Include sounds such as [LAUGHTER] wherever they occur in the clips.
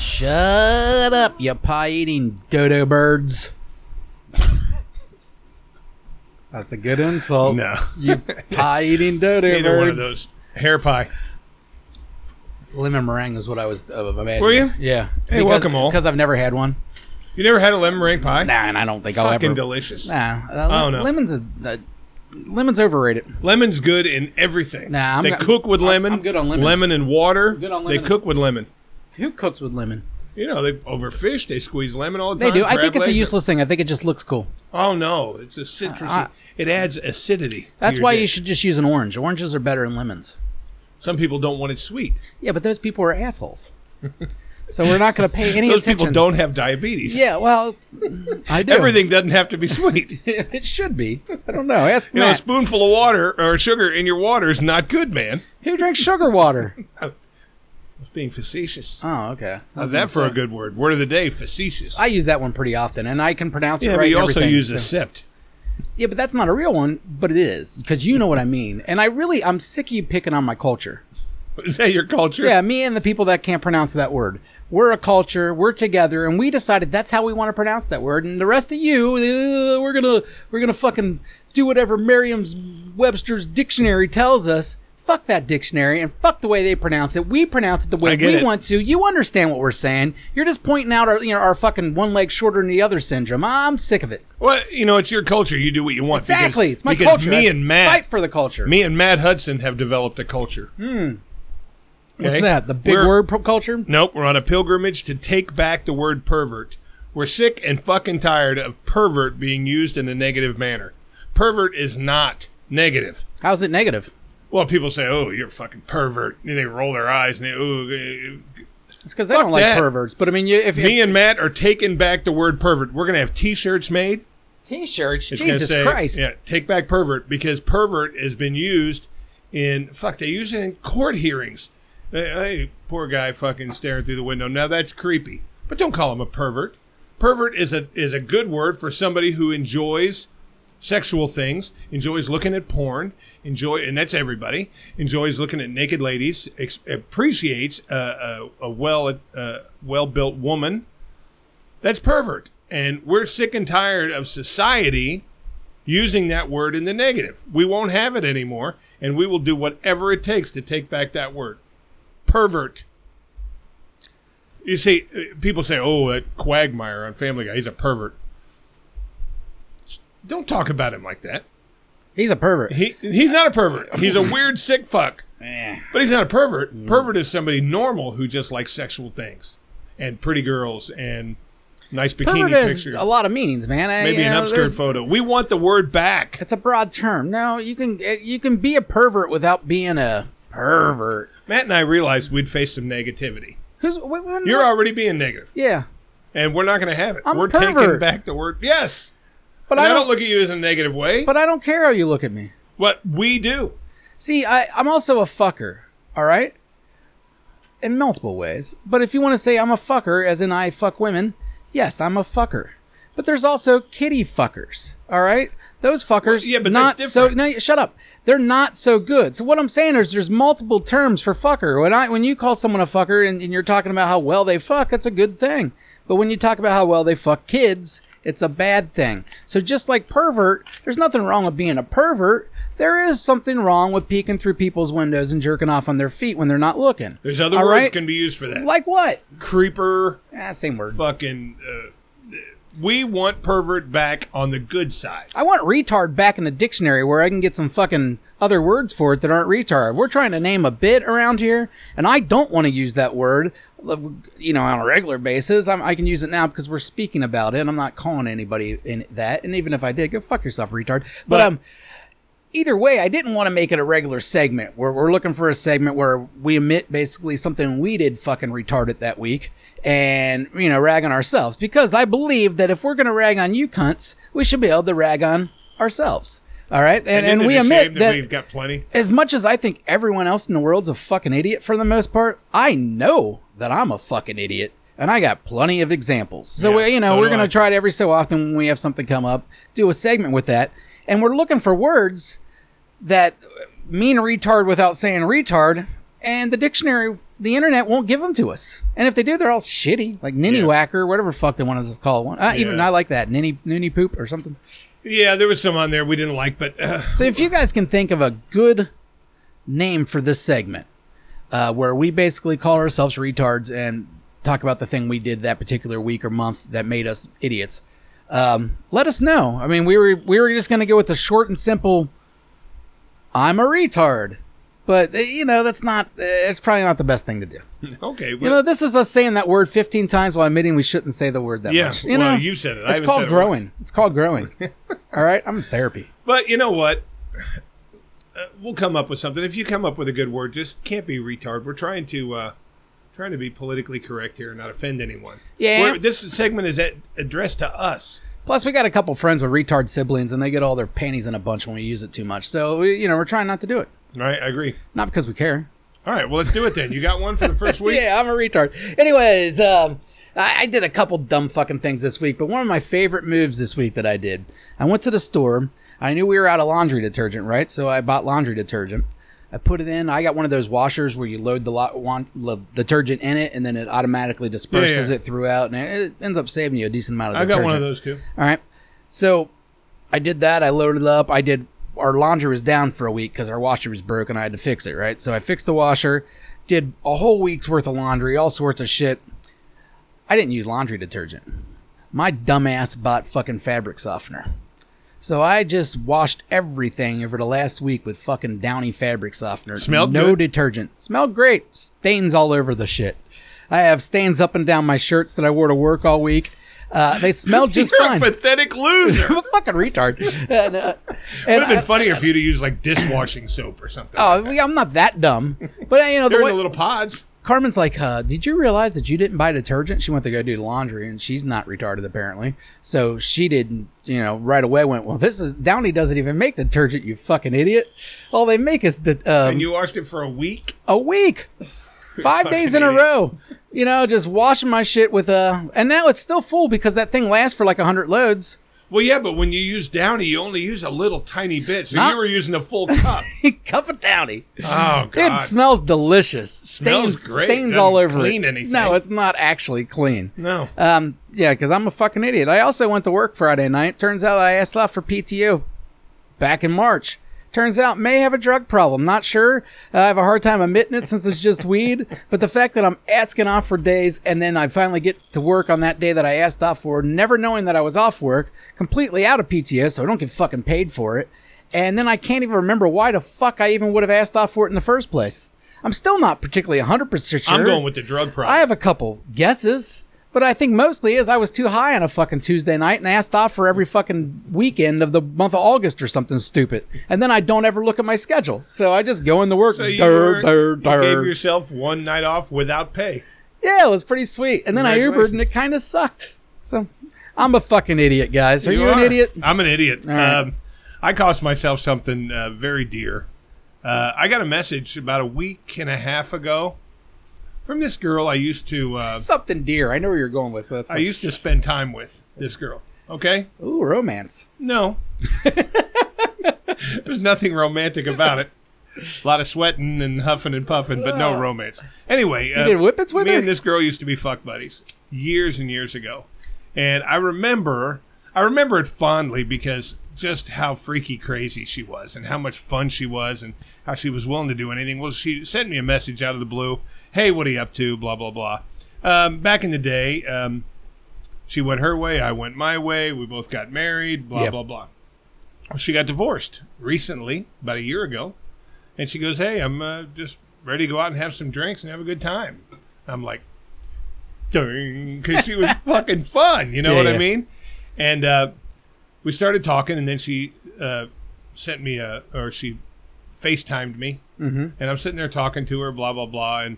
Shut up, you pie eating dodo birds. That's a good Oh. insult. No, [LAUGHS] You pie eating dodo neither birds. one of those. Hair pie. Lemon meringue is what I was uh, imagining. Were you? Yeah. Hey, welcome all. Because I've never had one. You never had a lemon meringue pie? Nah, and I don't think I'll Fucking ever. delicious. nah, uh, I don't know. Lemon's a, uh, lemon's overrated. Lemon's good in everything. Nah, I'm they not- cook with I'm- lemon. I'm good on lemon. and water. good on They lemon. cook with lemon. Who cooks with lemon? You know, they overfish. They squeeze lemon all the They time. do. I think crab it's a legs. useless thing. I think it just looks cool. Oh no, it's a citrusy. I- it adds acidity. to That's your why dish. you should just use an orange. Oranges are better than lemons. Some people don't want it sweet. Yeah, but those people are assholes. [LAUGHS] so we're not going to pay any Those attention. people don't have diabetes. [LAUGHS] Yeah, well, I do. Everything doesn't have to be sweet. you [LAUGHS] it should be. I don't know. Ask know, a Matt. spoonful of water or sugar in your water is not good, man. Who drinks sugar water? I was being facetious. [LAUGHS] Oh, okay. How's that for a good word? Word of the day, facetious. I use that one pretty often, and I can pronounce yeah, it right. but you and also everything, use so- accept. Yeah, but that's not a real one, but it is because you know what I mean. And I really, I'm sick of you picking on my culture. [LAUGHS] Is that your [LAUGHS] culture? Yeah, me and the people that can't pronounce that word. We're a culture. We're together, and we decided that's how we want to pronounce that word. And the rest of you, uh, we're gonna we're gonna fucking do whatever Merriam-Webster's dictionary tells us. Fuck that dictionary and fuck the way they pronounce it. We pronounce it the way I get we it. want to. You understand what we're saying. You're just pointing out our you know our fucking one leg shorter than the other syndrome. I'm sick of it. Well, you know, it's your culture. You do what you want. because- Exactly. it's my because culture. Me I and Matt, fight for the culture. me and Matt Hudson have developed a culture. What's okay? that? The big We're- word pro- culture? Nope, we're on a pilgrimage to take back the word pervert. We're sick and fucking tired of pervert being used in a negative manner. Pervert is not negative. How's it negative? Well, people say, "Oh, you're a fucking pervert," and they roll their eyes. And they, "Ooh." eh, eh." It's because they Fuck don't like that. perverts. But I mean, you, if, if Me and Matt are taking back the word pervert. We're gonna have T-shirts made. T-shirts. It's gonna Jesus say, Christ. Yeah, take back pervert because pervert has been used in fuck. They use it in court hearings. Hey, hey, poor guy, fucking staring through the window. Now that's creepy. But don't call him a pervert. Pervert is a is a good word for somebody who enjoys sexual things, enjoys looking at porn, enjoy, and that's everybody. Enjoys looking at naked ladies. Ex- appreciates uh, a, a well uh, well built woman. That's pervert. And we're sick and tired of society using that word in the negative. We won't have it anymore, and we will do whatever it takes to take back that word. Pervert. You see, uh, people say, oh, that Quagmire on Family Guy, he's a pervert. Don't talk about him like that. He's a pervert. He, he's not a pervert. He's a [COUGHS] weird, sick fuck. But he's not a pervert. Mm. Pervert is somebody normal who just likes sexual things and pretty girls and nice bikini Pervert has pictures. a lot of meanings, man. I- Maybe you an know, upskirt there's- photo. We want the word back. It's a broad term. No, you can eh, you can be a pervert without being a pervert. Matt and I realized we'd face some negativity. Who's wh- when- You're what- already being negative, yeah, and we're not going to have it. I'm we're taking pervert. back the word. Yes, but and I I don't. don't look at you as a negative way, but, but I don't care how you look at me. we do. See, I, I'm also a fucker. All right, in multiple ways. But if you want to say I'm a fucker, as in I fuck women, yes, I'm a fucker. But there's also kitty fuckers. All right, those fuckers. yeah, but not that's so. different. No, shut up. They're not so good. So what I'm saying is, there's multiple terms for fucker. When I when you call someone a fucker and, and you're talking about how well they fuck, that's a good thing. But when you talk about how well they fuck kids, it's a bad thing. So just like pervert, there's nothing wrong with being a pervert. There is something wrong with peeking through people's windows and jerking off on their feet when they're not looking. There's other All words right? can be used for that. Like what? creeper, Ah, same word. fucking. Uh, we want pervert back on the good side. I want retard back in the dictionary where I can get some fucking other words for it that aren't retard. We're trying to name a bit around here, and I don't want to use that word, you know, on a regular basis. I'm, I can use it now because we're speaking about it. and I'm not calling anybody in that, and even if I did, go fuck yourself, retard. But, But- um, either way, I didn't want to make it a regular segment where we're looking for a segment where we admit basically something we did fucking retarded that week and, you know, rag on ourselves. Because I believe that if we're going to rag on you cunts, we should be able to rag on ourselves. All right. And, and, Isn't it we a shame admit that, we've got plenty. as much as I think everyone else in the world's a fucking idiot for the most part, I know that I'm a fucking idiot. And I got plenty of examples. So, Yeah, we, you know, so do we're going I. to try it every so often when we have something come up, do a segment with that. And we're looking for words that mean retard without saying retard. And the dictionary the internet won't give them to us. And if they do, they're all shitty, like ninny Yeah. whacker, whatever the fuck they want us to call one. I, Even Yeah. I like that ninny ninny poop or something. Yeah, there was some on there we didn't like, but uh, So if you guys can think of a good name for this segment, uh, where we basically call ourselves retards and talk about the thing we did that particular week or month that made us idiots, um, let us know. I mean, we were we were just gonna go with the short and simple. I'm a retard, but uh, you know that's not. uh, It's probably not the best thing to do. okay. You know, this is us saying that word 15 times while admitting we shouldn't say the word that yeah, much. You well, know, you said it. I it's haven't called said it growing. once. It's called [LAUGHS] growing. All right, I'm in therapy. But you know what? Uh, we'll come up with something. If you come up with a good word, just can't be retard. We're trying to uh, trying to be politically correct here and not offend anyone. Yeah. We're- this segment is at, addressed to us. Plus, we got a couple friends with retard siblings, and they get all their panties in a bunch when we use it too much. So, we, you know, we're trying not to do it. All right, I agree. Not because we care. All right, well, let's do it then. You got one for the first [LAUGHS] week? Yeah, I'm a retard. Anyways, um, I, I did a couple dumb fucking things this week, but one of my favorite moves this week that I did, I went to the store. I knew we were out of laundry detergent, right? So I bought laundry detergent. I put it in. I got one of those washers where you load the lot, want, lo, detergent in it, and then it automatically disperses yeah. it throughout, and it, it ends up saving you a decent amount of I got detergent. one of those too. All right. So I did that. I loaded it up. I did our laundry was down for a week because our washer was broken. I had to fix it, right? So I fixed the washer, did a whole week's worth of laundry, all sorts of shit. I didn't use laundry detergent. My dumbass bought fucking fabric softener. So I just washed everything over the last week with fucking Downy fabric softener. Smelled no good? detergent. Smelled great. Stains all over the shit. I have stains up and down my shirts that I wore to work all week. Uh, they [LAUGHS] smelled just You're fine. a pathetic loser. [LAUGHS] I'm a fucking [LAUGHS] retard. And, uh, and It would have I, been funnier if you'd have used like dishwashing soap or something. oh, yeah, I'm not that dumb. But uh, you know, the They're in way, the little pods. Carmen's like, uh, did you realize that you didn't buy detergent? She went to go do laundry, and she's not retarded apparently. So she didn't, you know, right away went, well, this is Downey doesn't even make detergent, you fucking idiot. All they make is de- um, And you washed it for a week. a [LAUGHS] week, five days in a idiot. row. You know, just washing my shit with uh, and now it's still full because that thing lasts for like hundred loads. [LAUGHS] Well, yeah, but when you use Downy, you only use a little tiny bit. So Not- you were using a [LAUGHS] full cup. Cup of Downey. oh, God. It smells delicious. Stains, Smells great. stains Doesn't all over. clean it. anything. No, it's not actually clean. no. Um, yeah, because I'm a fucking idiot. I also went to work Friday night. Turns out I asked out for PTO back in March. Turns out may have a drug problem. Not sure. Uh, I have a hard time admitting it since it's just weed. But the fact that I'm asking off for days and then I finally get to work on that day that I asked off for, never knowing that I was off work, completely out of PTO, so I don't get fucking paid for it. And then I can't even remember why the fuck I even would have asked off for it in the first place. I'm still not particularly 100% sure. I'm going with the drug problem. I have a couple guesses, but I think mostly is I was too high on a fucking Tuesday night and asked off for every fucking weekend of the month of August or something stupid. And then I don't ever look at my schedule. So I just go into work. So you, Durr, durr, were- you durr. gave yourself one night off without pay. yeah, it was pretty sweet. And then I Ubered Congratulations. and it kind of sucked. So I'm a fucking idiot, guys. Are you, an are. idiot? I'm an idiot. right. Um, I cost myself something uh, very dear. Uh, I got a message about a week and a half ago from this girl I used to uh, Something dear. I know where you're going with, so that's I fine. used to spend time with. This girl. Okay. Ooh, romance. No. [LAUGHS] There's nothing romantic about it. A lot of sweating and huffing and puffing, but Ah. no romance. Anyway, uh, did whippets with me her? and this girl used to be fuck buddies years and years ago, and I remember, I remember it fondly because just how freaky crazy she was, and how much fun she was, and how she was willing to do anything. Well, she sent me a message out of the blue, "Hey, what are you up to?" Blah blah blah. Um, back in the day, um, she went her way, I went my way. We both got married. Blah Yep. blah blah. She got divorced recently, about a year ago, and she goes, "Hey, I'm uh, just ready to go out and have some drinks and have a good time." I'm like, "Ding," because she [LAUGHS] was fucking fun. You know Yeah, what I yeah. mean? And uh, we started talking, and then she uh, sent me a, or she FaceTimed me, Mhm. and I'm sitting there talking to her, blah blah blah, and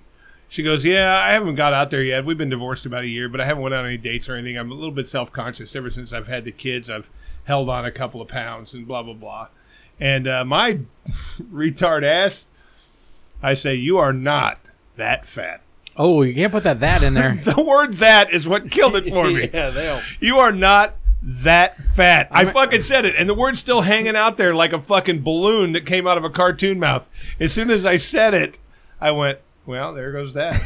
she goes, "Yeah, I haven't got out there yet. We've been divorced about a year, but I haven't went on any dates or anything. I'm a little bit self conscious ever since I've had the kids. I've held on a couple of pounds and blah blah blah." And uh, my [LAUGHS] retard ass, I say, "You are not that fat." [LAUGHS] Oh, you can't put that that in there. The word "that" is what killed it [LAUGHS] for [LAUGHS] me. yeah, they'll. You are not that fat. I fucking said it, and the word's still hanging out there like a fucking balloon that came out of a cartoon mouth. As soon as I said it, I went, Well, there [LAUGHS] goes that.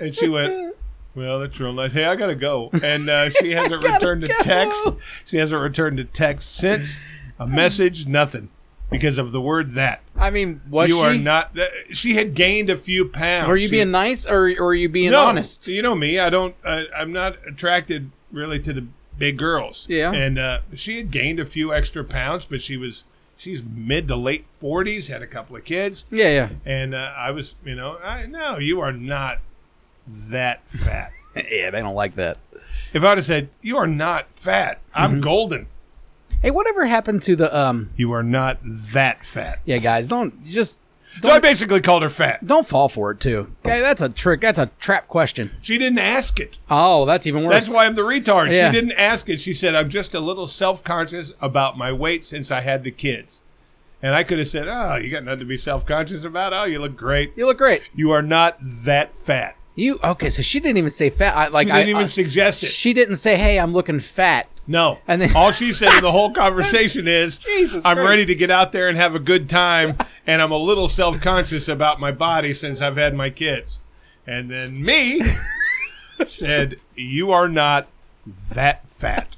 and she went, Well, that's real nice. Hey, I gotta go. And [LAUGHS] uh, she hasn't returned gotta a text. go. She hasn't returned a text since. A message, nothing, because of the word that. I mean, was you she? are not. th- She had gained a few pounds. were you She- being nice or, or are you being no, honest? You know me. I don't. I, I'm not attracted really to the big girls. Yeah. And uh, she had gained a few extra pounds, but she was she's mid to late 40s, had a couple of kids, Yeah, yeah. and uh, I was, you know, I no, you are not that fat. [LAUGHS] Yeah, they don't like that. if I'd have said you are not fat, Mm-hmm. I'm golden. Hey, whatever happened to the um? You are not that fat. Yeah, guys, don't just So I basically called her fat. don't fall for it too. Okay, that's a trick. That's a trap question. She didn't ask it. Oh, that's even worse. That's why I'm the retard. Yeah. She didn't ask it. She said, I'm just a little self conscious about my weight since I had the kids. And I could have said, Oh, you got nothing to be self conscious about. Oh, you look great. you look great. You are not that fat. You okay? So she didn't even say fat. I, uh, like She didn't I, even I- suggest it. She didn't say, "Hey, I'm looking fat." no. And then- All she said in the whole [LAUGHS] conversation is, Jesus I'm Christ. ready to get out there and have a good time. And I'm a little self conscious about my body since I've had my kids. And then me [LAUGHS] said, You are not that fat.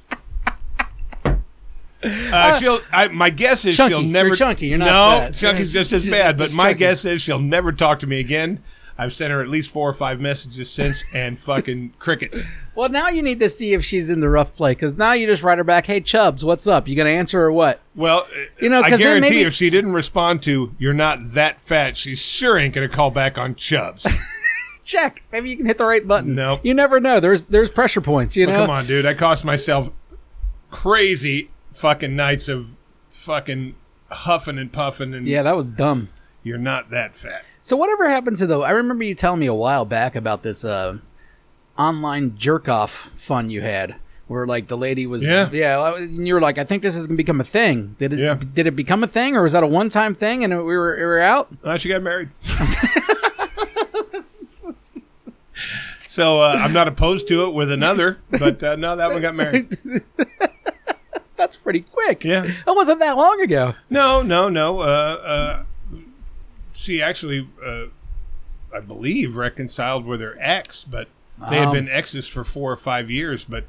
Uh, she'll. I, my guess is Chunky. she'll never. You're chunky. You're not no, fat. chunky's just as bad. But my guess is she'll never talk to me again. I've sent her at least four or five messages since, and fucking crickets. Well, now you need to see if she's in the rough play because now you just write her back, "Hey, Chubs, what's up? You gonna answer or what?" Well, You know, I 'cause then guarantee maybe- if she didn't respond to "You're not that fat," she sure ain't gonna call back [LAUGHS] on Chubbs. Check. Maybe you can hit the right button. Nope. You never know. There's there's pressure points. You know. Come on, dude. I cost myself crazy fucking nights of fucking huffing and puffing, and Yeah, that was dumb. you're not that fat. So whatever happened to the? I remember you telling me a while back about this uh, online jerk off fun you had, where like the lady was Yeah. yeah, and you were like, I think this is gonna become a thing. Did it? Yeah. Did it become a thing, or was that a one time thing? And we were we were out. Uh, she [LAUGHS] got married. so uh, I'm not opposed to it with another, but uh, no, that one [LAUGHS] got married. That's pretty quick. Yeah. That wasn't that long ago. No, no, no. Uh, uh, she actually, uh, I believe, reconciled with her ex, but they had Um. been exes for four or five years. But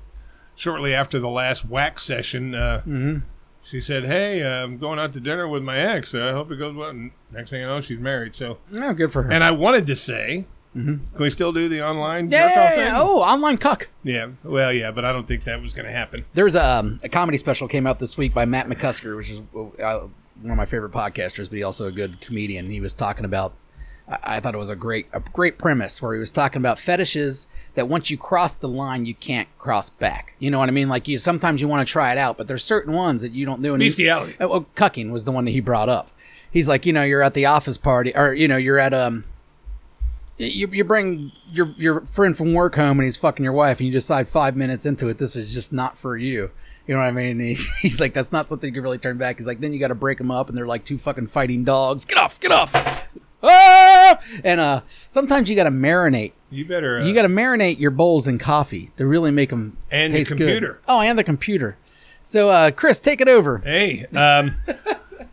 shortly after the last whack session, uh, she said, "Hey, uh, I'm going out to dinner with my ex. I hope it goes well." And next thing I know, she's married. So, No, Oh, good for her. and I wanted to say. Can we still do the online yeah, jerk-off yeah, thing? yeah. Oh, online cuck. Yeah. Well, yeah, but I don't think that was going to happen. There's a, um, a comedy special came out this week by Matt McCusker, which is uh, one of my favorite podcasters, but he's also a good comedian. He was talking about, I, I thought it was a great a great premise where he was talking about fetishes that once you cross the line, you can't cross back. You know what I mean? Like you sometimes you want to try it out, but there's certain ones that you don't do. And he- Bestiality. Oh, oh, cucking was the one that he brought up. He's like, you know, you're at the office party, or you know, you're at um, you you bring your your friend from work home, and he's fucking your wife, and you decide five minutes into it, this is just not for you. You know what I mean? And he, [LAUGHS] he's like, that's not something you can really turn back. He's like, then you got to break them up, and they're like two fucking fighting dogs. Get off, get off. Ah! And uh, sometimes you got to marinate. You better. Uh, You got to marinate your bowls in coffee to really make them And the taste Good. computer. Oh, and the computer. So, uh, Chris, take it over. Hey, um, uh,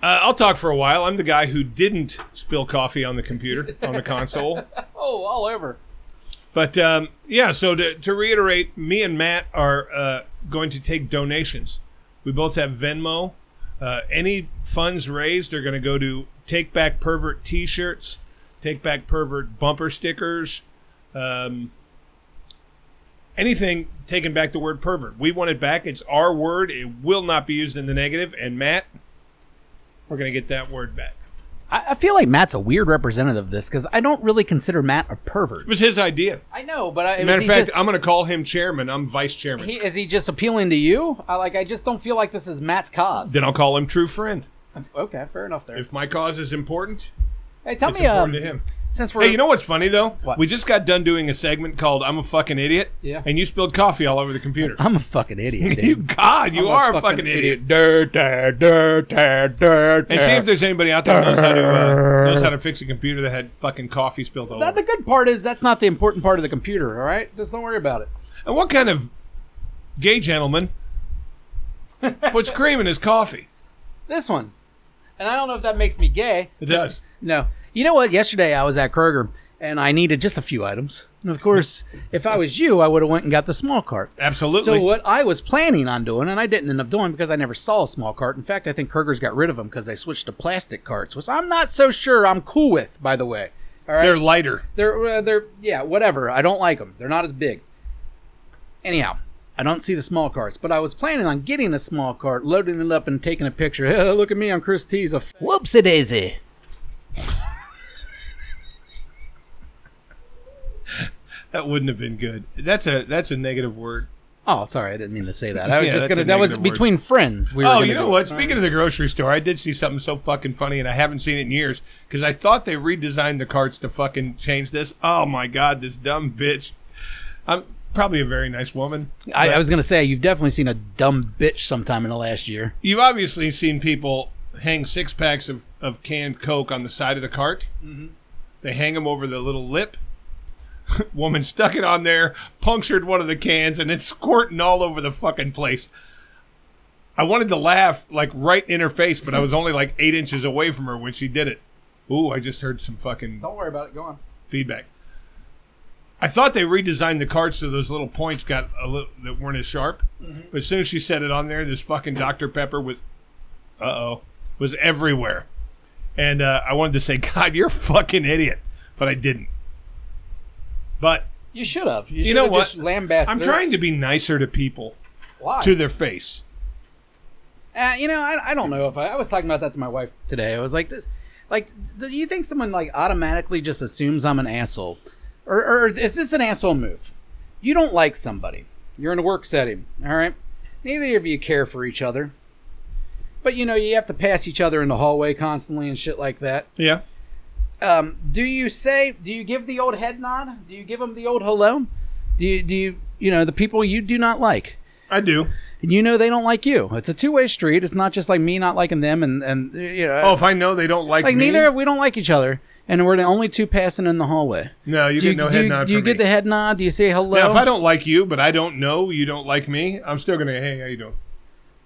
I'll talk for a while. I'm the guy who didn't spill coffee on the computer on the console. Oh, all over. But um, yeah, so to, to reiterate, me and Matt are uh, going to take donations. We both have Venmo. Uh, any funds raised are going to go to Take Back Pervert T-shirts, Take Back Pervert bumper stickers, um, anything taking back the word pervert. We want it back. It's our word. It will not be used in the negative. And Matt, we're going to get that word back. I, I feel like Matt's a weird representative of this because I don't really consider Matt a It pervert. was his idea. I know, but I, Matter is, of he fact, just, I'm going to call him chairman. I'm vice chairman. he, is he just appealing to you? I like. I just don't feel like this is Matt's cause. then I'll call him true friend. Okay, fair enough. There. If my cause is important, hey, tell it's me, um, important to him. since we're Hey, you know what's funny though? What? We just got done doing a segment called "I'm a fucking idiot," Yeah. and you spilled coffee all over [LAUGHS] the computer. I'm a fucking [LAUGHS] idiot, you dude. God, you I'm are a fucking, idiot. Dirty, dirty, dirty. And see if there's anybody out there who knows how to uh, knows how to fix a computer that had fucking coffee spilled all That- over. the it. good part is that's not the important part of the computer. All right, just don't worry about it. And what kind of [LAUGHS] gay gentleman puts cream in his coffee? This one, and I don't know if that makes me gay. It does. No, You know what? Yesterday I was at Kroger and I needed just a few items. And of course, if I was you, I would have went and got the small cart. Absolutely. So what I was planning on doing, and I didn't end up doing because I never saw a small cart. In fact, I think Kroger's got rid of them because they switched to plastic carts, which I'm not so sure I'm cool with. By the way, all right, They're lighter. they're uh, they're yeah, whatever. I don't like them. They're not as big. Anyhow, I don't see the small carts, but I was planning on getting a small cart, loading it up, and taking a picture. [LAUGHS] Look at me, I'm Chris T's a f- Whoopsie daisy. That wouldn't have been good. That's a that's a negative word. Oh, sorry, I didn't mean to say that. I was [LAUGHS] Yeah, just that's gonna. a That was negative word. between friends. We were Oh, gonna you know do it. what? Speaking of the grocery store, I did see something so fucking funny, and I haven't seen it in years because I thought they redesigned the carts to fucking change this. Oh my god, this dumb bitch! I'm probably a very nice woman. I, but I was gonna say you've definitely seen a dumb bitch sometime in the last year. You've obviously seen people hang six packs of, of canned Coke on the side of the cart. They hang them over the little lip. [LAUGHS] Woman stuck it on there, punctured one of the cans, and it's squirting all over the fucking place. I wanted to laugh like right in her face, but I was only like eight inches away from her when she did it. Ooh, I just heard some fucking Don't worry about it. Go on. feedback. I thought they redesigned the carts so those little points got a little that weren't as sharp. Mm-hmm. But as soon as she said it on there, this fucking Dr Pepper was, uh oh, was everywhere, and uh, I wanted to say, [LAUGHS] God, you're a fucking idiot, but I didn't. But You should have. You, you should know have what? Just lambasted. I'm her. trying to be nicer to people Why? to their face. Uh, you know, I, I don't know if I, I was talking about that to my wife today. I was like, this, like, do you think someone like automatically just assumes I'm an asshole, or, or is this an asshole move? You don't like somebody. You're in a work setting. All right. Neither of you care for each other. But you know, you have to pass each other in the hallway constantly and shit like that. Yeah, um, do you say do you give the old head nod do you give them the old hello do you do you you know the people you do not like I do. and you know they don't like you it's a two-way street it's not just like me not liking them and and uh, you know Oh, if I know they don't like, like me, neither we don't like each other and we're the only two passing in the hallway No, you do get no do head nod do you from get me. the head nod do you say hello Now, if I don't like you, but I don't know you don't like me, I'm still gonna hey, how you doing?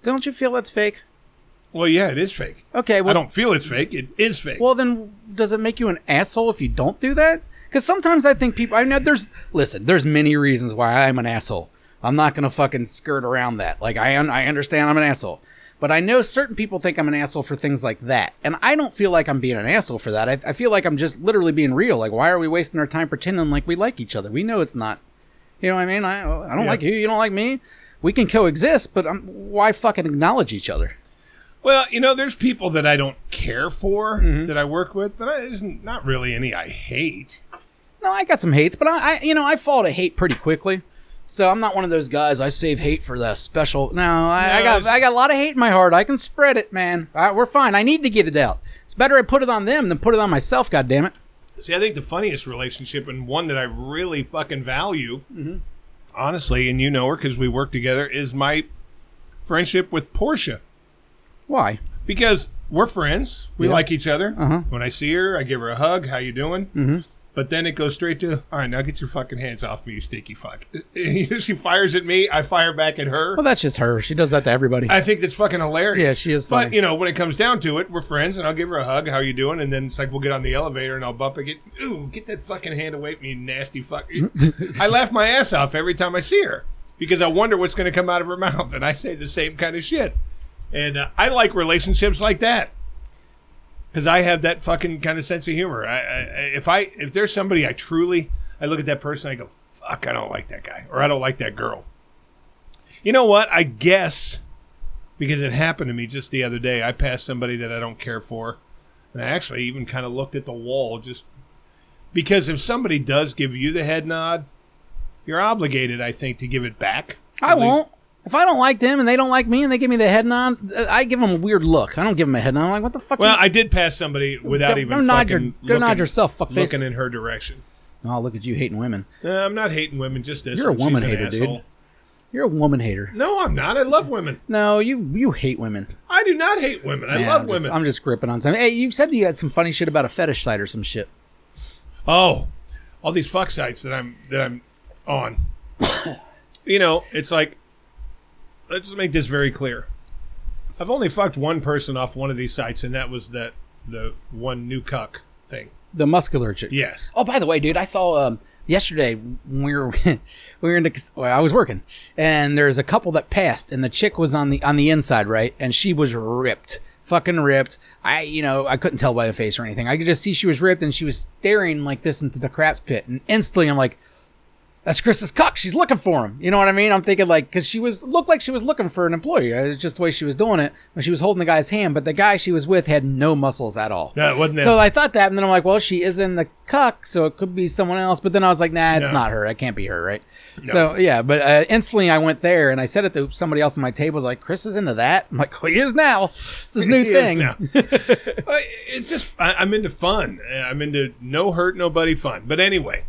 Don't you feel that's fake Well, yeah, it is fake. okay well I don't feel it's fake. It is fake. Well, then does it make you an asshole if you don't do that? Because sometimes I think people. I know there's listen. There's many reasons why I'm an asshole. I'm not gonna fucking skirt around that. Like I un- I understand I'm an asshole, but I know certain people think I'm an asshole for things like that, and I don't feel like I'm being an asshole for that. I, I feel like I'm just literally being real. Like why are we wasting our time pretending like we like each other? We know it's not. You know what I mean? I I don't Yeah. like you. You don't like me. We can coexist, but um, why fucking acknowledge each other? well, you know, there's people that I don't care for that I work with, but I, there's not really any I hate. No, I got some hates, but I, I you know, I fall to hate pretty quickly. So I'm not one of those guys. I save hate for the special. No, I, I No, got it's- I got a lot of hate in my heart. I can spread it, man. All right, we're fine. I need to get it out. It's better I put it on them than put it on myself. God damn it. See, I think the funniest relationship and one that I really fucking value, honestly, and you know her because we work together, is my friendship with Portia. Why? because we're friends. We Yeah. like each other. Uh-huh. When I see her, I give her a hug. How you doing? Mm-hmm. But then it goes straight to, all right, now get your fucking hands off me, you stinky fuck. [LAUGHS] she fires at me. I fire back at her. Well, that's just her. She does that to everybody. I think that's fucking hilarious. Yeah, she is But funny. you know, when it comes down to it, we're friends, and I'll give her a hug. How you doing? And then it's like we'll get on the elevator, and I'll bump again. Ooh, get that fucking hand away from me, you [LAUGHS] nasty fuck! I laugh my ass off every time I see her because I wonder what's going to come out of her [LAUGHS] mouth, and I say the same kind of shit. And uh, I like relationships like that because I have that fucking kind of sense of humor. I, I, I- if I if there's somebody I truly, I look at that person, I go, fuck, I don't like that guy, or I don't like that girl. You know what? I guess because it happened to me just the other day. I passed somebody that I don't care for, and I actually even kind of looked at the wall just because if somebody does give you the head nod, you're obligated, I think, to give it back. I At least- won't. If I don't like them and they don't like me and they give me the head nod, uh, I give them a weird look. I don't give them a head nod. I'm like, what the fuck? Well, you- I did pass somebody without Go- even go nod your- fucking go nod looking- yourself, fuckface. looking in her direction. oh, look at you hating women. Uh, I'm not hating women. Just this. You're a one. She's woman an hater, dude. asshole. You're a woman hater. No, I'm not. I love women. No, you you hate women. I do not hate women. I Man, love I'm just- women. I'm just gripping on something. Hey, you said you had some funny shit about a fetish site or some shit. oh, all these fuck sites that I'm that I'm on. [COUGHS] you know, it's like let's make this very clear. I've only fucked one person off one of these sites, and that was that the one new cuck thing. the muscular chick. Yes. Oh, by the way, dude, I saw um, yesterday when we were [LAUGHS] we were in the cas- well, I was working, and there's a couple that passed, and the chick was on the on the inside, right, and she was ripped, fucking ripped. I, you know, I couldn't tell by the face or anything. I could just see she was ripped, and she was staring like this into the craps pit, and instantly I'm like. That's Chris's cuck. She's looking for him. You know what I mean? I'm thinking like, cause she was looked like she was looking for an employee. Uh, It's just the way she was doing it. When she was holding the guy's hand, but the guy she was with had no muscles at all. No, it wasn't So him. I thought that, and then I'm like, well, she is in the cuck, so it could be someone else. But then I was like, nah, it's No. not her. It can't be her, right? So yeah, but uh, instantly I went there and I said it to somebody else at my table, like, Chris is into that. I'm like, oh, he is now. It's this new He is thing. [LAUGHS] now. I- it's just I, I'm into fun. I'm into no hurt nobody fun. But anyway,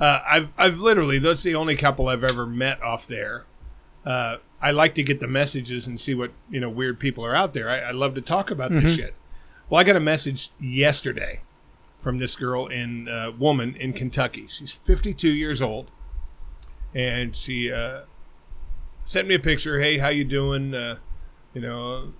uh, I've I've literally that's the only couple I've ever met off there. Uh, I like to get the messages and see what you know weird people are out there. I, I love to talk about Mm-hmm. this shit. Well, I got a message yesterday from this girl in uh, woman in Kentucky. She's 52 years old, and she uh, sent me a picture. Hey, how you doing? Uh, you know,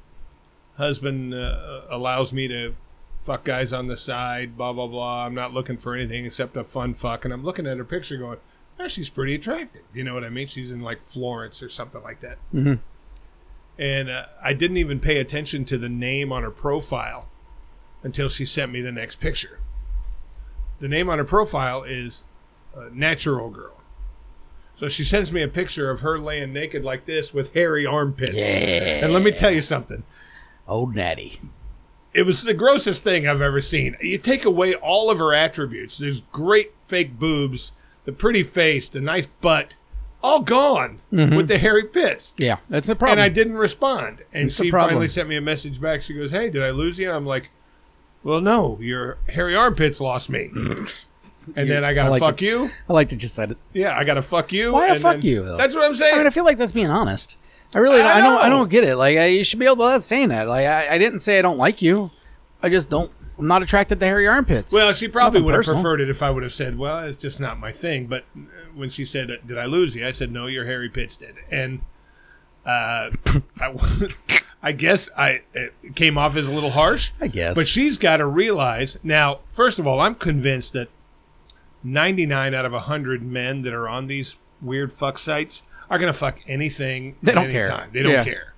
husband uh, allows me to fuck guys on the side, blah blah blah. I'm not looking for anything except a fun fuck, and I'm looking at her picture, going, "Oh, she's pretty attractive." You know what I mean? She's in like Florence or something like that. Mhm. And uh, I didn't even pay attention to the name on her profile until she sent me the next picture. The name on her profile is uh, Natural Girl. So she sends me a picture of her laying naked like this with hairy armpits. And let me tell you something Old Natty. it was the grossest thing I've ever seen. You take away all of her attributes. There's great fake boobs, the pretty face, the nice butt, all gone with the hairy pits. Yeah, that's the And Mm-hmm. problem. I didn't respond. And It's a she problem. finally sent me a message back. She goes, "Hey, did I lose you?" And I'm like, "Well, no. Your hairy armpits [LAUGHS] lost me." and then I got to I like fuck you. I like to just said it. Yeah, I got to fuck you. Why a and fuck then- you, though? That's what I'm saying. I mean, I feel like that's being honest. I really, I, I don't, I know. don't get it. Like, I, you should be able to let saying that. Like, I, I didn't say I don't like you. I just don't. I'm not attracted to hairy armpits. Well, she probably nothing would have personal. preferred it if I would have said, "Well, it's just not my thing." But uh, when she said, "Did I lose you?" I said, "No, your Harry Pitts did," and uh, I, [LAUGHS] I guess I it came off as a little harsh. I guess. But she's got to realize now. First of all, I'm convinced that 99 out of 100 men that are on these weird fuck sites are going to fuck anything. They at don't any care. Time. They don't Yeah. care.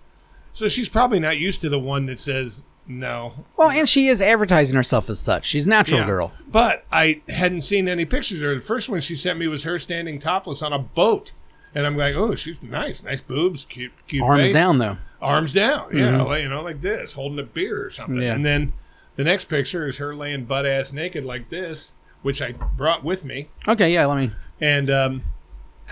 So she's probably not used to the one that says no. well, and she is advertising herself as such. She's natural Yeah. girl. But I hadn't seen any pictures of her. The first one she sent me was her standing topless on a boat. And I'm like, oh, she's nice. Nice boobs, cute, cute Arms face. down though. Arms down. Yeah, like, you know, like this, holding a beer or something. Yeah. And then the next picture is her laying butt ass naked like this, which I brought with me. Okay, yeah. Let me. And um,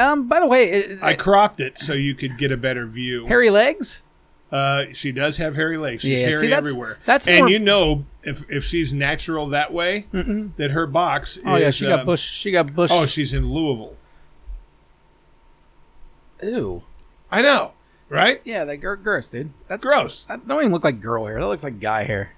Um. By the way, it, I cropped it so you could get a better view. hairy legs. Uh, she does have hairy legs. She's Yeah, see, hairy that's- everywhere. that's and more- you know if, if she's natural that way, that her box. Oh is, yeah, she got um, bush. She got bush. Oh, she's in Louisville. ew. I know, right? Yeah, that gir- girth, dude. That's Gross. That don't even look like girl hair. That looks like guy hair.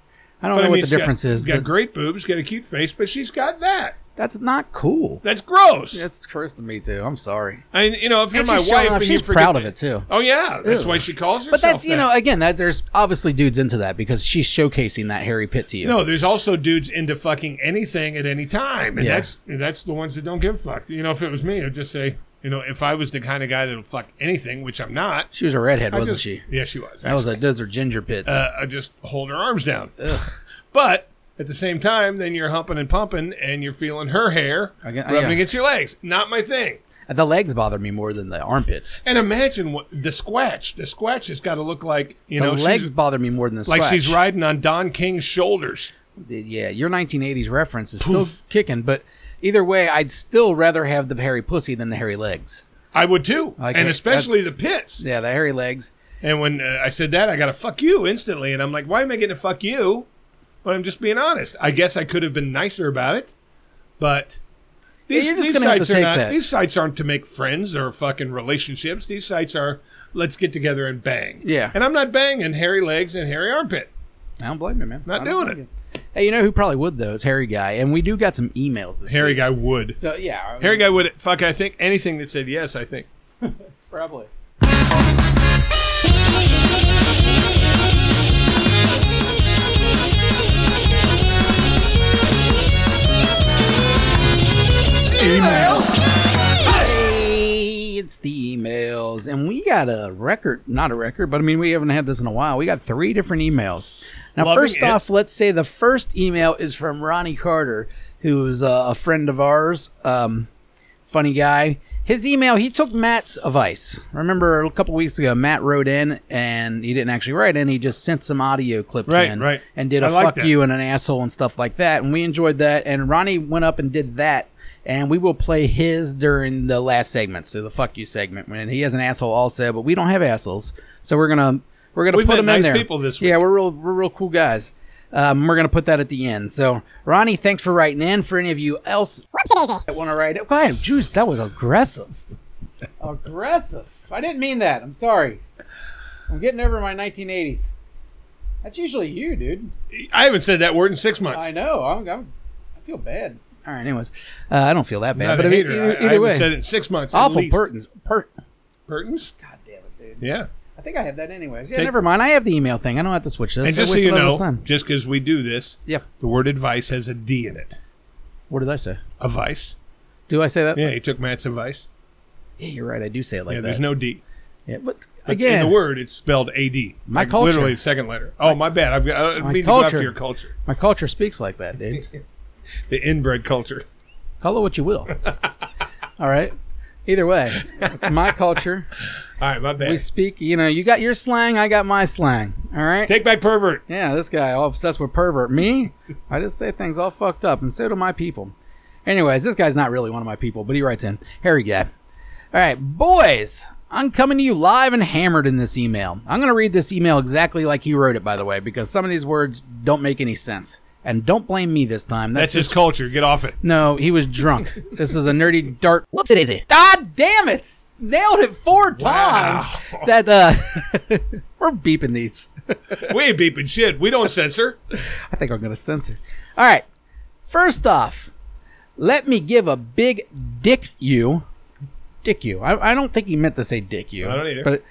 I don't know But I mean, what she's the difference got, is, she's got but great boobs, got a cute face, but she's got that. that's not cool. That's gross. That's cursed to me too. I'm sorry. I mean, you know, if you're And my she's showing wife, off. and she's you forget proud of that- it too. Oh yeah, that's Ew. why she calls But herself. that's you that. know again that there's obviously dudes into that because she's showcasing that hairy pit to you. No, there's also dudes into fucking anything at any time, and Yeah. that's that's the ones that don't give a fuck. You know, if it was me, I'd just say, you know, if I was the kind of guy that'll fuck anything, which I'm not, She was a redhead, I wasn't just- she? Yeah, she was. That was a those are ginger pits. uh, I just hold her arms down. Ugh. But at the same time, then you're humping and pumping, and you're feeling her hair I get- rubbing yeah. against your legs. Not my thing. the legs bother me more than the armpits. And imagine what the squatch. The squatch has got to look like you The know legs she's, bother me more than the like she's scratch. riding on Don King's shoulders. yeah, your 1980s reference is still kicking, but either way, I'd still rather have the hairy pussy than the hairy legs. I would too, Like, and hey, especially the that's- pits. Yeah, the hairy legs. And when uh, I said that, I got to fuck you instantly, and I'm like, why am I getting to fuck you? But I'm just being honest. I guess I could have been nicer about it, but these, you're just these gonna have to sites are take not. that. These sites aren't to make friends or fucking relationships. These sites are let's get together and bang. Yeah. And I'm not banging hairy legs and hairy armpit. I don't blame you, man. Not I don't doing blame you. Hey, you know who probably would though? Is hairy guy, and we do got some emails. This Hairy week. guy would. So yeah, Hairy guy would. Fuck. I think anything that said yes. I think. probably. Thank you. Hey, it's the emails, and we got a record, not a record, but I mean, we haven't had this in a while. We got three different emails. Now, Loving first it. off, let's say the first email is from Ronnie Carter, who is uh, a friend of ours, um, funny guy. His email, he took Matt's advice. Remember a couple weeks ago, Matt wrote in and he didn't actually write in. He just sent some audio clips Right, in right. and did a I like fuck that. you and an asshole and stuff like that. And we enjoyed that. And Ronnie went up and did that. And we will play his during the last segment, so the fuck you segment. When he has an asshole also, but we don't have assholes, so we're gonna we're gonna We've put met him in nice there. people this Yeah, week. we're real we're real cool guys. Um, we're gonna put that at the end. So Ronnie, thanks for writing in. For any of you else that want to write, go ahead, Juice. That was aggressive. aggressive. I didn't mean that. I'm sorry. I'm getting over my 1980s. That's usually you, dude. I haven't said that word in six months. I know. I'm, I'm, I feel bad. All right. Anyways, uh, I don't feel that bad. Not but a I mean, either, hater. I- I either haven't way, said it in six months. at awful least. Burton's. Pert. Burton's? God damn it, dude. Yeah. I think I have that anyways. Yeah, Take- never mind. I have the email thing. I don't have to switch this. And I just so wasted you all this know, time. just because we do this, Yep. the word advice has a D in it. What did I say? Advice. Do I say that? Yeah, Yeah, he took Matt's advice. you're right. I do say it like yeah, that. there's no D. yeah, but But again, in the word, it's spelled AD. My Like, culture. Literally, second letter. Oh, my bad. I've got, I My didn't mean to go culture. after your culture. my culture speaks like that, dude. The inbred culture. Call it what you [LAUGHS] will. all right. Either way, it's my culture. All right, my bad. We speak. You know, you got your slang. I got my slang. All right. Take back pervert. Yeah, this guy all obsessed with pervert. Me? I just say things all fucked up, and so do my people. Anyways, this guy's not really one of my people, but he writes in. Harry guy. All right, boys, I'm coming to you live and hammered in this email. I'm going to read this email exactly like he wrote it, by the way, because some of these words don't make any sense. And don't blame me this time. That's That's, his culture. Get off [LAUGHS] it. no, he was drunk. this is a nerdy dart Whoops, it is it. God damn it! Nailed it four Wow. times. That uh, [LAUGHS] we're beeping these. We ain't beeping shit. We don't censor. I think I'm gonna censor. All right. First off, let me give a big dick you, dick you. I, I don't think he meant to say dick you. I don't either. But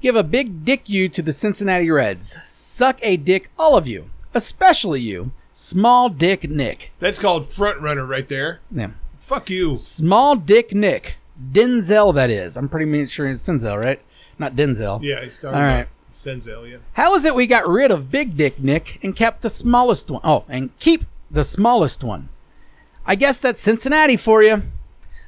give a big dick you to the Cincinnati Reds. Suck a dick, all of you, especially you, small dick Nick. That's called front runner right there. Yeah. Fuck you. Small dick Nick, Denzel. That is. I'm pretty sure it's Denzel, right? Not Denzel. Yeah, he's talking All about right. Senzel, yeah. How is it we got rid of Big Dick Nick and kept the smallest one? Oh, and keep the smallest one. I guess that's Cincinnati for you. All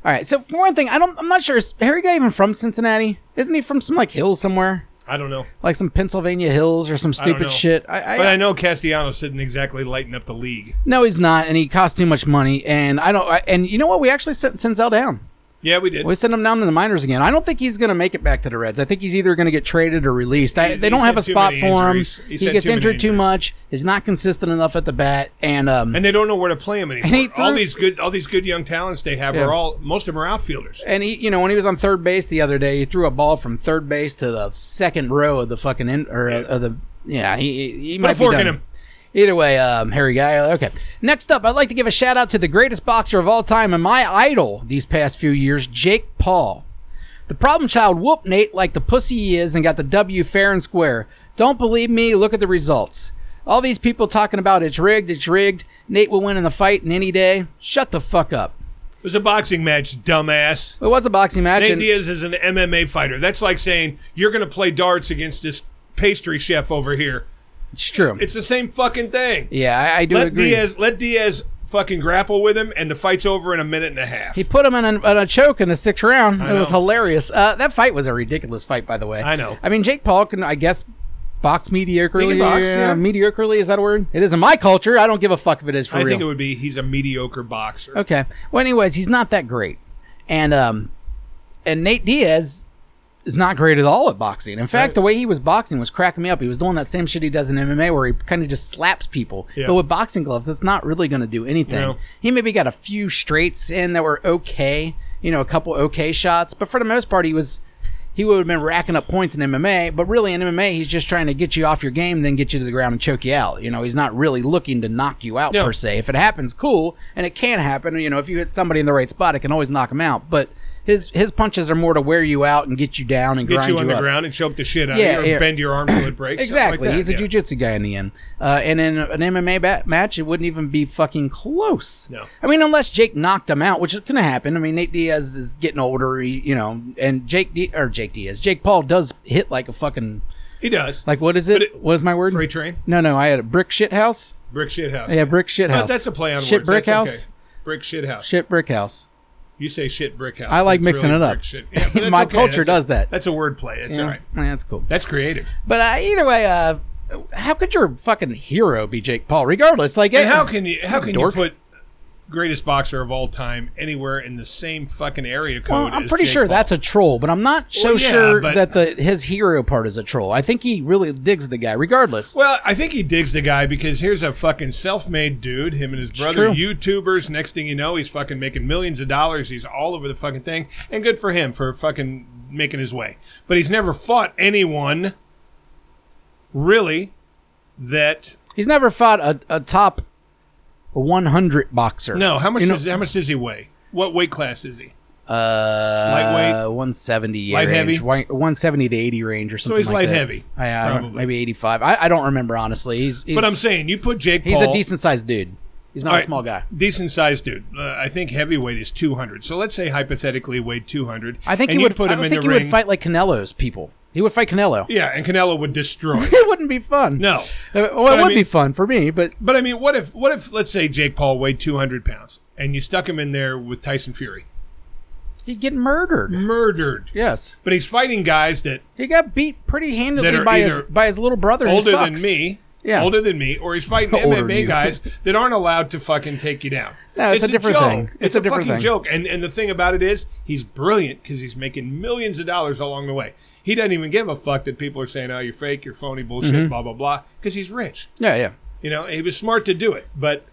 right. So for one thing, I don't. I'm not sure. Is Harry Guy even from Cincinnati? Isn't he from some like hills somewhere, I don't know. like some Pennsylvania hills or some I don't stupid know. shit? I, I, But I know Castellanos didn't exactly lighten up the league. no, he's not, and he costs too much money. And I don't. I, and you know what? We actually sent Senzel down. Yeah, we did. We sent him down to the minors again. I don't think he's going to make it back to the Reds. I think he's either going to get traded or released. I, He- they he's don't have had a too spot many for him. injuries. He He's had gets too many injured too injuries. much. Is not consistent enough at the bat, and um, and they don't know where to play him anymore. And he all threw- these good, all these good young talents they have Yeah. are all most of them are outfielders. And he, you know, when he was on third base the other day, he threw a ball from third base to the second row of the fucking in, or uh, of the yeah. He he- he Put might a fork be in done. him. Either way, um, Harry Guy. Okay. Next up, I'd like to give a shout out to the greatest boxer of all time and my idol these past few years, Jake Paul. The problem child whooped Nate like the pussy he is and got the W fair and square. Don't believe me? Look at the results. All these people talking about it's rigged, it's rigged. Nate will win in the fight in any day. Shut the fuck up. It was a boxing match, dumbass. It was a boxing match. Nate and- Diaz is an MMA fighter. That's like saying you're going to play darts against this pastry chef over here. it's true. It's the same fucking thing. Yeah, I, I do let agree. Diaz let Diaz fucking grapple with him, and the fight's over in a minute and a half. he put him in a, in a choke in the sixth round. it was know. hilarious. Uh, that fight was a ridiculous fight, by the way. I know. I mean, Jake Paul can, I guess, box mediocrely. He can box, yeah. Mediocrely is that a word? It is in my culture. I don't give a fuck if it is for I real. think it would be he's a mediocre boxer. Okay. Well, anyways, he's not that great, and um, and Nate Diaz is not great at all at boxing. In fact, Right. the way he was boxing was cracking me up. He was doing that same shit he does in MMA, where he kind of just slaps people. Yeah. But with boxing gloves, that's not really going to do anything. No. He maybe got a few straights in that were okay, you know, a couple okay shots, but for the most part, he was. He would have been racking up points in MMA, but really in MMA, he's just trying to get you off your game, then get you to the ground and choke you out. You know, he's not really looking to knock you out No. per se. If it happens, cool, and it can happen. You know, if you hit somebody in the right spot, it can always knock them out. But His his punches are more to wear you out and get you down and Get grind you on the up. ground and choke the shit out Yeah, of you or yeah. bend your arm till it breaks. something like Exactly. that, He's a yeah. jujitsu guy in the end. Uh, and in an MMA bat- match, it wouldn't even be fucking close. No. I mean, unless Jake knocked him out, which is going to happen. I mean, Nate Diaz is getting older, he- you know, and Jake D- or Jake Diaz, Jake Paul does hit like a fucking He does. like what is it? But it- What is my word? Freight train, No, no, I had a brick shit house. brick shit house. Yeah, brick shit house. But Uh, that's a play on shit words. brick That's house. okay. Brick shit house. Shit brick house. You say shit brick house. I like but it's mixing it up. brick shit. [LAUGHS] Yeah, but that's My okay. culture That's a- does that. That's a word play. That's You know? all right. Yeah, that's cool. That's creative. But uh, either way, uh, how could your fucking hero be Jake Paul? Regardless, like And it- how can you how can you dork. put greatest boxer of all time anywhere in the same fucking area code? Well, I'm as pretty Jake sure Paul? that's a troll, but I'm not so Well, yeah, sure but- that the his hero part is a troll. I think he really digs the guy, regardless. Well, I think he digs the guy because here's a fucking self-made dude. Him and his true. brother, YouTubers. Next thing you know, he's fucking making millions of dollars. He's all over the fucking thing, and good for him for fucking making his way. But he's never fought anyone, really, that He's never fought a, a top 100 boxer. no. How much You know- does how much does he weigh? What weight class is he? Uh, Lightweight? 170 Light range, heavy? Wi- 170 to 80 range or something. he's like light that. heavy, I, I don't- probably. maybe 85. I, I don't remember honestly. He's, he's But I'm saying you put Jake he's Paul. a decent sized dude. He's not All a right, small guy. Decent sized dude. Uh, I think heavyweight is 200. So let's say hypothetically weighed 200. I think and he you would put I him don't in think the he ring. would fight like Canelo's people. He would fight Canelo. Yeah, and Canelo would [LAUGHS] destroy. It wouldn't be fun. no. Uh, well, it I would mean- be fun for me, but But I mean, what if what if let's say Jake Paul weighed 200 pounds and you stuck him in there with Tyson Fury, he'd get murdered. murdered. Yes. But he's fighting guys that He got beat pretty That handily are by his either by his little brother. who older than sucks. me. Yeah. Older than me, or he's [LAUGHS] fighting Older than MMA you. guys that aren't allowed to fucking take you down. [LAUGHS] No, it's a different joke. thing. It's, It's a, a different fucking thing. joke. And and the thing about it is, he's brilliant because he's making millions of dollars along the way. He doesn't even give a fuck that people are saying, "Oh, you're fake, you're phony, bullshit, Mm-hmm. blah blah blah," because he's rich. Yeah, yeah. You know, he was smart to do it, but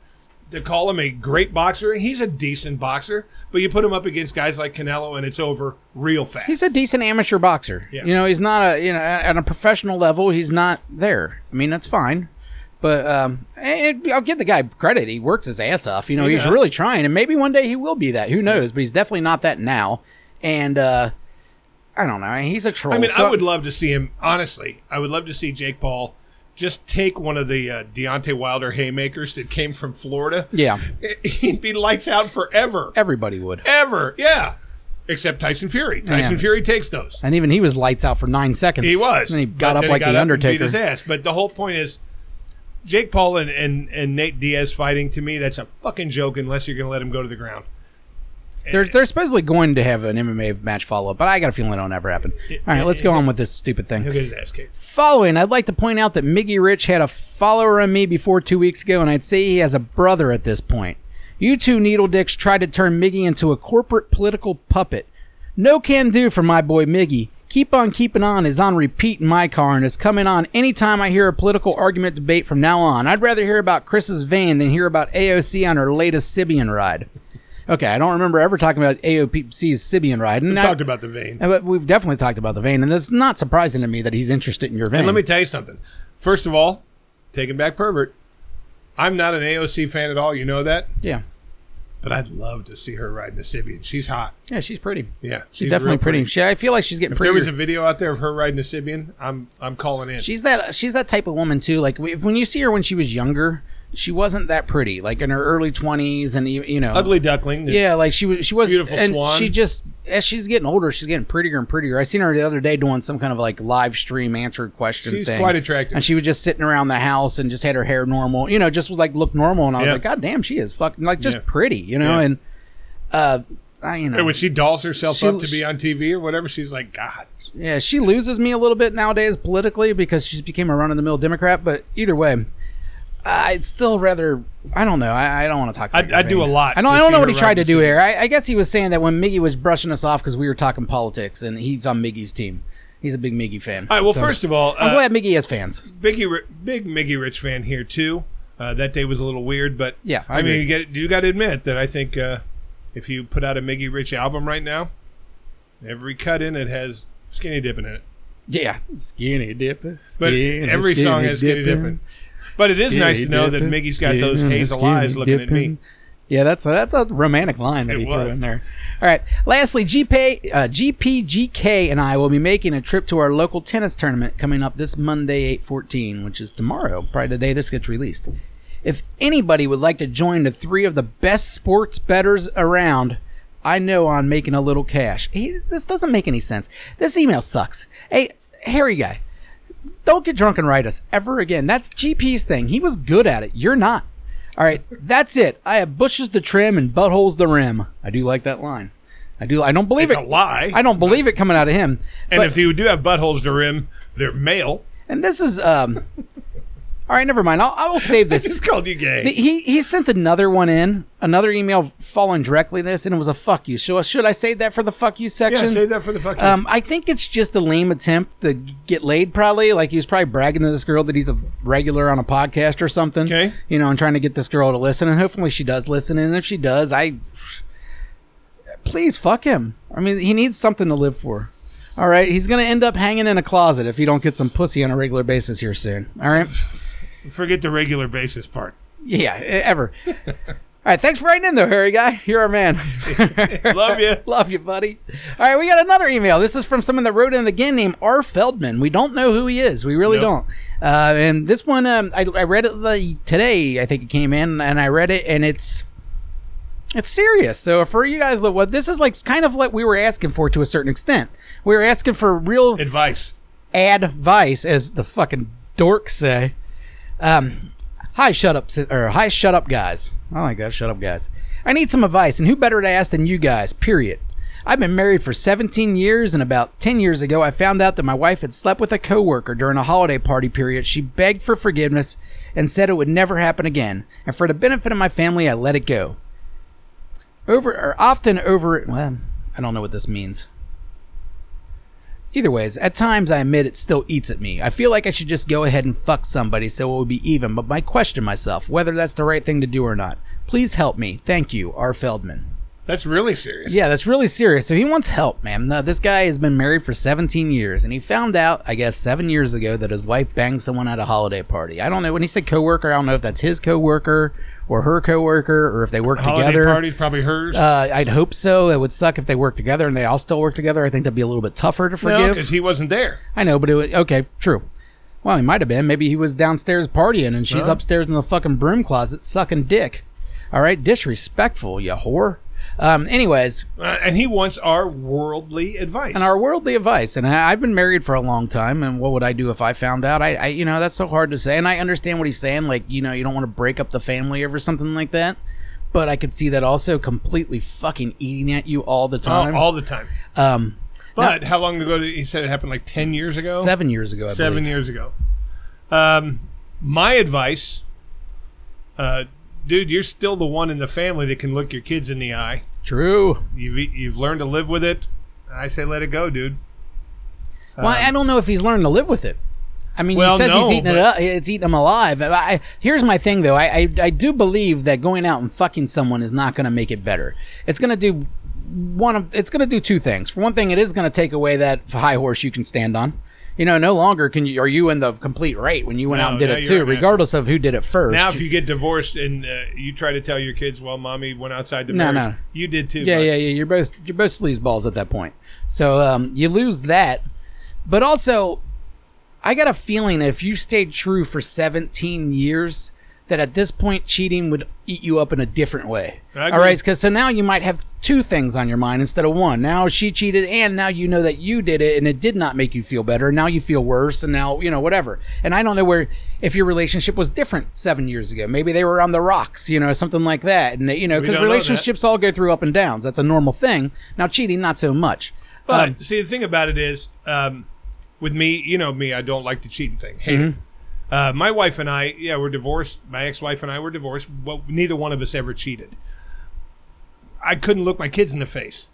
to call him a great boxer, he's a decent boxer. But you put him up against guys like Canelo, and it's over real fast. He's a decent amateur boxer. Yeah. You know, he's not a you know at a professional level. He's not there. I mean, that's fine. But um, and I'll give the guy credit. He works his ass off. You know, he's does. really trying, and maybe one day he will be that. Who knows? But he's definitely not that now. And uh, I don't know. I mean, He's a troll. I mean, so- I would love to see him. Honestly, I would love to see Jake Paul just take one of the uh, Deontay Wilder haymakers that came from Florida. Yeah, [LAUGHS] he'd be lights out forever, everybody would. ever. Yeah, except Tyson Fury. Tyson Yeah. Fury takes those. And even he was lights out for nine seconds. He was. And he got But up then like the and beat Undertaker. his ass. But the whole point is, Jake Paul and, and, and Nate Diaz fighting. To me, that's a fucking joke unless you're going to let him go to the ground. They're, they're supposedly going to have an MMA match follow up, but I got a feeling it'll never happen. All right, let's go on with this stupid He'll thing. get his ass kicked. Following, I'd like to point out that Miggy Rich had a follower on me before two weeks ago, and I'd say he has a brother at this point. You two needle dicks tried to turn Miggy into a corporate political puppet. No can do for my boy Miggy. Keep on keeping on is on repeat in my car and is coming on anytime I hear a political argument debate from now on. I'd rather hear about Chris's van than hear about AOC on her latest Sibian ride. Okay, I don't remember ever talking about AOPC's Sibian ride. And I- Talked about the vein. uh, But we've definitely talked about the vein, and it's not surprising to me that he's interested in your vein. And let me tell you something. First of all, taking back pervert. I'm not an AOC fan at all. You know that, yeah, but I'd love to see her riding a Sibian. She's hot. yeah, she's pretty. Yeah, She's definitely real pretty. She, I feel like she's getting If there prettier. was a video out there of her riding a Sibian, I'm I'm calling in. she's that she's that type of woman too. Like we- when you see her when she was younger, she wasn't that pretty. Like in her early twenties, and you, you know, Ugly duckling. that- Yeah, like she was. She was Beautiful and swan. She just as she's getting older, she's getting prettier and prettier. I seen her the other day doing some kind of like live stream answer question. She's thing. quite attractive. and she was just sitting around the house and just had her hair normal. You know, just was like looked normal, and I was Yeah. like, God damn, she is fucking like just Yeah. pretty. You know, Yeah. and uh, I you know, And when she dolls herself She- up to be on TV or whatever, she's like, God. yeah, she loses me a little bit nowadays politically because she's became a run-of-the-mill Democrat. But either way, I'd still rather. I don't know. I, I don't want to talk. about I'd- your I'd do vein. a lot I don't. to I don't see know what her he tried ride to the do city. here. I, I guess he was saying that when Miggy was brushing us off because we were talking politics, and he's on Miggy's team. He's a big Miggy fan. All right. Well, So, first of all, I'm uh, glad Miggy has fans. Biggie, Ri- big Miggy Rich fan here too. Uh, that day was a little weird, but Yeah, I, I mean, agree. you get you got to admit that I think uh, if you put out a Miggy Rich album right now, every cut in it has skinny dipping in it, Yeah, skinny dipping. but every song has skinny dipping. But it is nice to know that Miggy's got those hazel eyes looking at me. Yeah, that's a, that's a romantic line that It he threw was. in there. All right. Lastly, GP, uh, GPGK and I will be making a trip to our local tennis tournament coming up this Monday, 8-14, which is tomorrow, probably the day this gets released. If anybody would like to join the three of the best sports betters around, I know on making a little cash. He, this doesn't make any sense. This email sucks. Hey, Harry guy, don't get drunk and write us ever again. That's GP's thing. He was good at it. You're not. All right, that's it. I have bushes to trim and buttholes to rim. I do like that line. I do. I don't believe It's a it. lie. I don't believe it coming out of him. and But- if you do have buttholes to rim, they're male. [LAUGHS] and this is um. All right, never mind. I'll, I will save [LAUGHS] this. It's called you gay. Th- He he sent another one in, another email following directly this, and it was a fuck you. So should I save that for the fuck you section? yeah, save that for the fucking. Um, I think it's just a lame attempt to get laid. Probably like he was probably bragging to this girl that he's a regular on a podcast or something. Okay. you know, and trying to get this girl to listen, and hopefully she does listen. And if she does, I please fuck him. I mean, he needs something to live for. All right, he's gonna end up hanging in a closet if you don't get some pussy on a regular basis here soon. All right. Forget the regular basis part. Yeah, e- ever. [LAUGHS] All right, thanks for writing in though, Harry guy. You're our man. [LAUGHS] Love you. [LAUGHS] Love you, buddy. All right, we got another email. This is from someone that wrote in again named R. Feldman. We don't know who he is. We really Nope. don't. Uh, and this one, um, I, I read it the, today. I think it came in, and I read it, and it's it's serious. So for you guys, what this is like, kind of what we were asking for to a certain extent. We were asking for real Advice. advice, as the fucking dorks say. Um, hi, shut up, si- or hi, shut up, guys. I like that, shut up, guys. I need some advice, and who better to ask than you guys? Period. I've been married for 17 years, and about 10 years ago, I found out that my wife had slept with a coworker during a holiday party period. She begged for forgiveness and said it would never happen again. And for the benefit of my family, I let it go. Over or often over, well, I don't know what this means. Either ways, at times I admit it still eats at me. I feel like I should just go ahead and fuck somebody so it would be even, but I question myself whether that's the right thing to do or not. Please help me. Thank you, R. Feldman. That's really serious. Yeah, that's really serious. So he wants help, man. Now, this guy has been married for 17 years, and he found out, I guess, seven years ago that his wife banged someone at a holiday party. I don't know. When he said coworker, I don't know if that's his coworker or her coworker or if they work Holiday together. parties, probably hers. Uh, I'd hope so. It would suck if they work together and they all still work together. I think that'd be a little bit tougher to no, forgive. because he wasn't there. I know, but it was okay. True. Well, he might have been. Maybe he was downstairs partying, and she's upstairs in the fucking broom closet sucking dick. All right, disrespectful, you whore. Um, anyways, Uh, and he wants our worldly advice. and our worldly advice. And I, I've been married for a long time, and what would I do if I found out? I, I, you know, that's so hard to say. And I understand what he's saying. Like, you know, you don't want to break up the family over something like that. But I could see that also completely fucking eating at you all the all, time. Oh, all the time. um, But how long ago did he said it happened? Like ten years ago. seven years ago, I Seven believe. years ago. Um, my advice, uh, dude, you're still the one in the family that can look your kids in the eye. True. You've e, you've learned to live with it. I say let it go, dude. Well, I don't know if he's learned to live with it. I mean, Um, Well, he says no, he's eating it but- up. It's eating him alive. I, I, here's my thing, though. I, I I do believe that going out and fucking someone is not going to make it better. It's going to do one of. It's going to do two things. For one thing, it is going to take away that high horse you can stand on. You know, no longer can you are you in the complete right when you went No, out and did now it you're too, an asshole. regardless of who did it first. Now, if you get divorced and uh, you try to tell your kids, "Well, mommy went outside the No, marriage," no. you did too. Yeah, bud. yeah, yeah. You're both you're both sleazeballs at that point. So um, you lose that, but also, I got a feeling if you stayed true for 17 years, that at this point cheating would eat you up in a different way. I All right, agree. because so now you might have two things on your mind instead of one. Now she cheated, and now you know that you did it, and it did not make you feel better. Now you feel worse, and now you know whatever. And I don't know where if your relationship was different seven years ago. Maybe they were on the rocks, you know, something like that. And you know, because don't know that. relationships relationships all go through up and downs. That's a normal thing. Now cheating, not so much. But Um, see, the thing about it is, um, with me, you know me, I don't like the cheating thing. Hate it. Uh, my wife and I, yeah, we're divorced. My ex-wife and I were divorced, but neither one of us ever cheated. I couldn't look my kids in the face.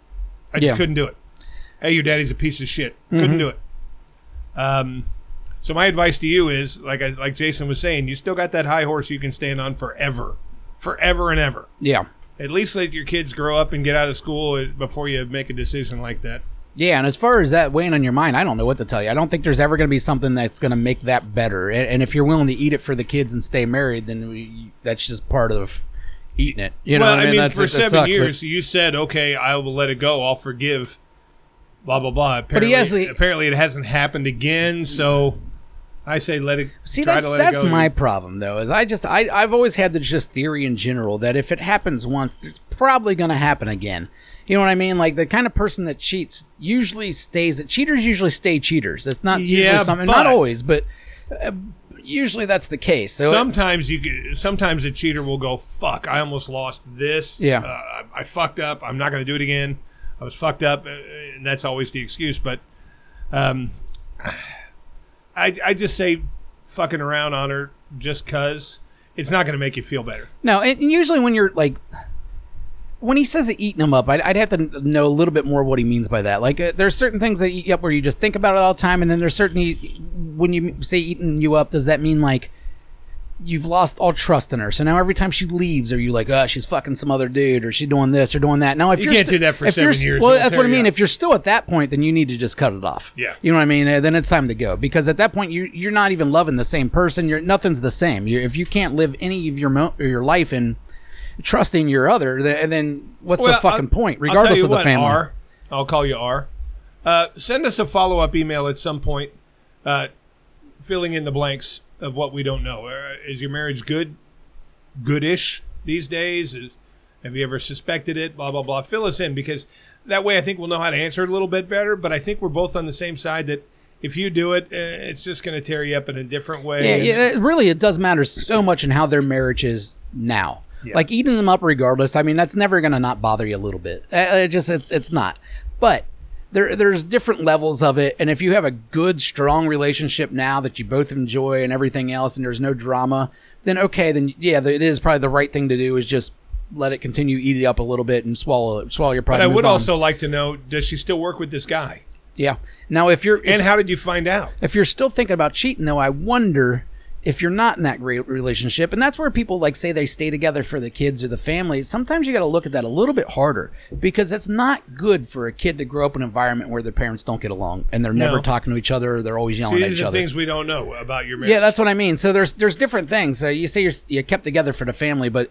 I Yeah. just couldn't do it. Hey, your daddy's a piece of shit. Couldn't do it. Um, so my advice to you is, like I, like Jason was saying, you still got that high horse you can stand on forever, forever and ever. yeah, At least let your kids grow up and get out of school uh, before you make a decision like that. yeah. And as far as that weighing on your mind, I don't know what to tell you. I don't think there's ever going to be something that's going to make that better. And, and if you're willing to eat it for the kids and stay married, then we, that's just part of eating it. You know, well, what I mean, That's- for that seven sucks, but- years, you said, "Okay, I will let it go. I'll forgive." Blah blah blah. Apparently, he has the- apparently it hasn't happened again. So I say let it. See, try that's to let that's it go. my problem though. Is I just I I've always had this just theory in general that if it happens once, it's probably going to happen again. You know what I mean? Like the kind of person that cheats usually stays. Cheaters usually stay cheaters. That's not Yeah, usually something. Not but- always, but uh, usually that's the case. So Sometimes you get- sometimes a cheater will go fuck. I almost lost this. Yeah. uh, I, I fucked up. I'm not going to do it again. I was fucked up, uh, and that's always the excuse. But um, I I just say fucking around on her just cause it's not going to make you feel better. No, and and usually when you're like, when he says it eating him up, I'd, I'd have to kn- know a little bit more what he means by that. Like, uh, there's certain things that eat you up where you just think about it all the time, and then there's certainly when you m- say eating you up, does that mean like you've lost all trust in her? So now every time she leaves, are you like, oh, she's fucking some other dude, or she's doing this or doing that? Now, if You you're can't sti- do that for if you're seven s- years. well, It'll that's tear what I you mean. up. If you're still at that point, then you need to just cut it off. Yeah. you know what I mean. Uh, Then it's time to go because at that point you you're not even loving the same person. You're nothing's the same. You if you can't live any of your mo- or your life in trusting your other, th- and then what's the Well, fucking I'll- point, I'll tell regardless you of the what, family? R, I'll call you R. Uh, send us a follow up email at some point, uh, filling in the blanks of what we don't know. Uh, is your marriage good, goodish these days? Is, have you ever suspected it? Blah blah blah. Fill us in because that way I think we'll know how to answer it a little bit better. But I think we're both on the same side that if you do it, uh, it's just going to tear you up in a different way. yeah, And- yeah, it really, it does matter so much in how their marriage is now. Like eating them up, regardless. I mean, that's never gonna not bother you a little bit. Uh, It just it's it's not. But there there's different levels of it, and if you have a good, strong relationship now that you both enjoy and everything else, and there's no drama, then okay, then yeah, th- it is probably the right thing to do is just let it continue, eat it up a little bit, and swallow it, swallow your pride. But I and move would on. also like to know: Does she still work with this guy? yeah. Now if you're if And how did you find out? if you're still thinking about cheating though i wonder if you're not in that great relationship and that's where people like say they stay together for the kids or the family sometimes you got to look at that a little bit harder because it's not good for a kid to grow up in an environment where their parents don't get along and they're never No. talking to each other or they're always yelling at These each are other things we don't know about your marriage. yeah that's what i mean so there's there's different things so you say you're s- you kept together for the family but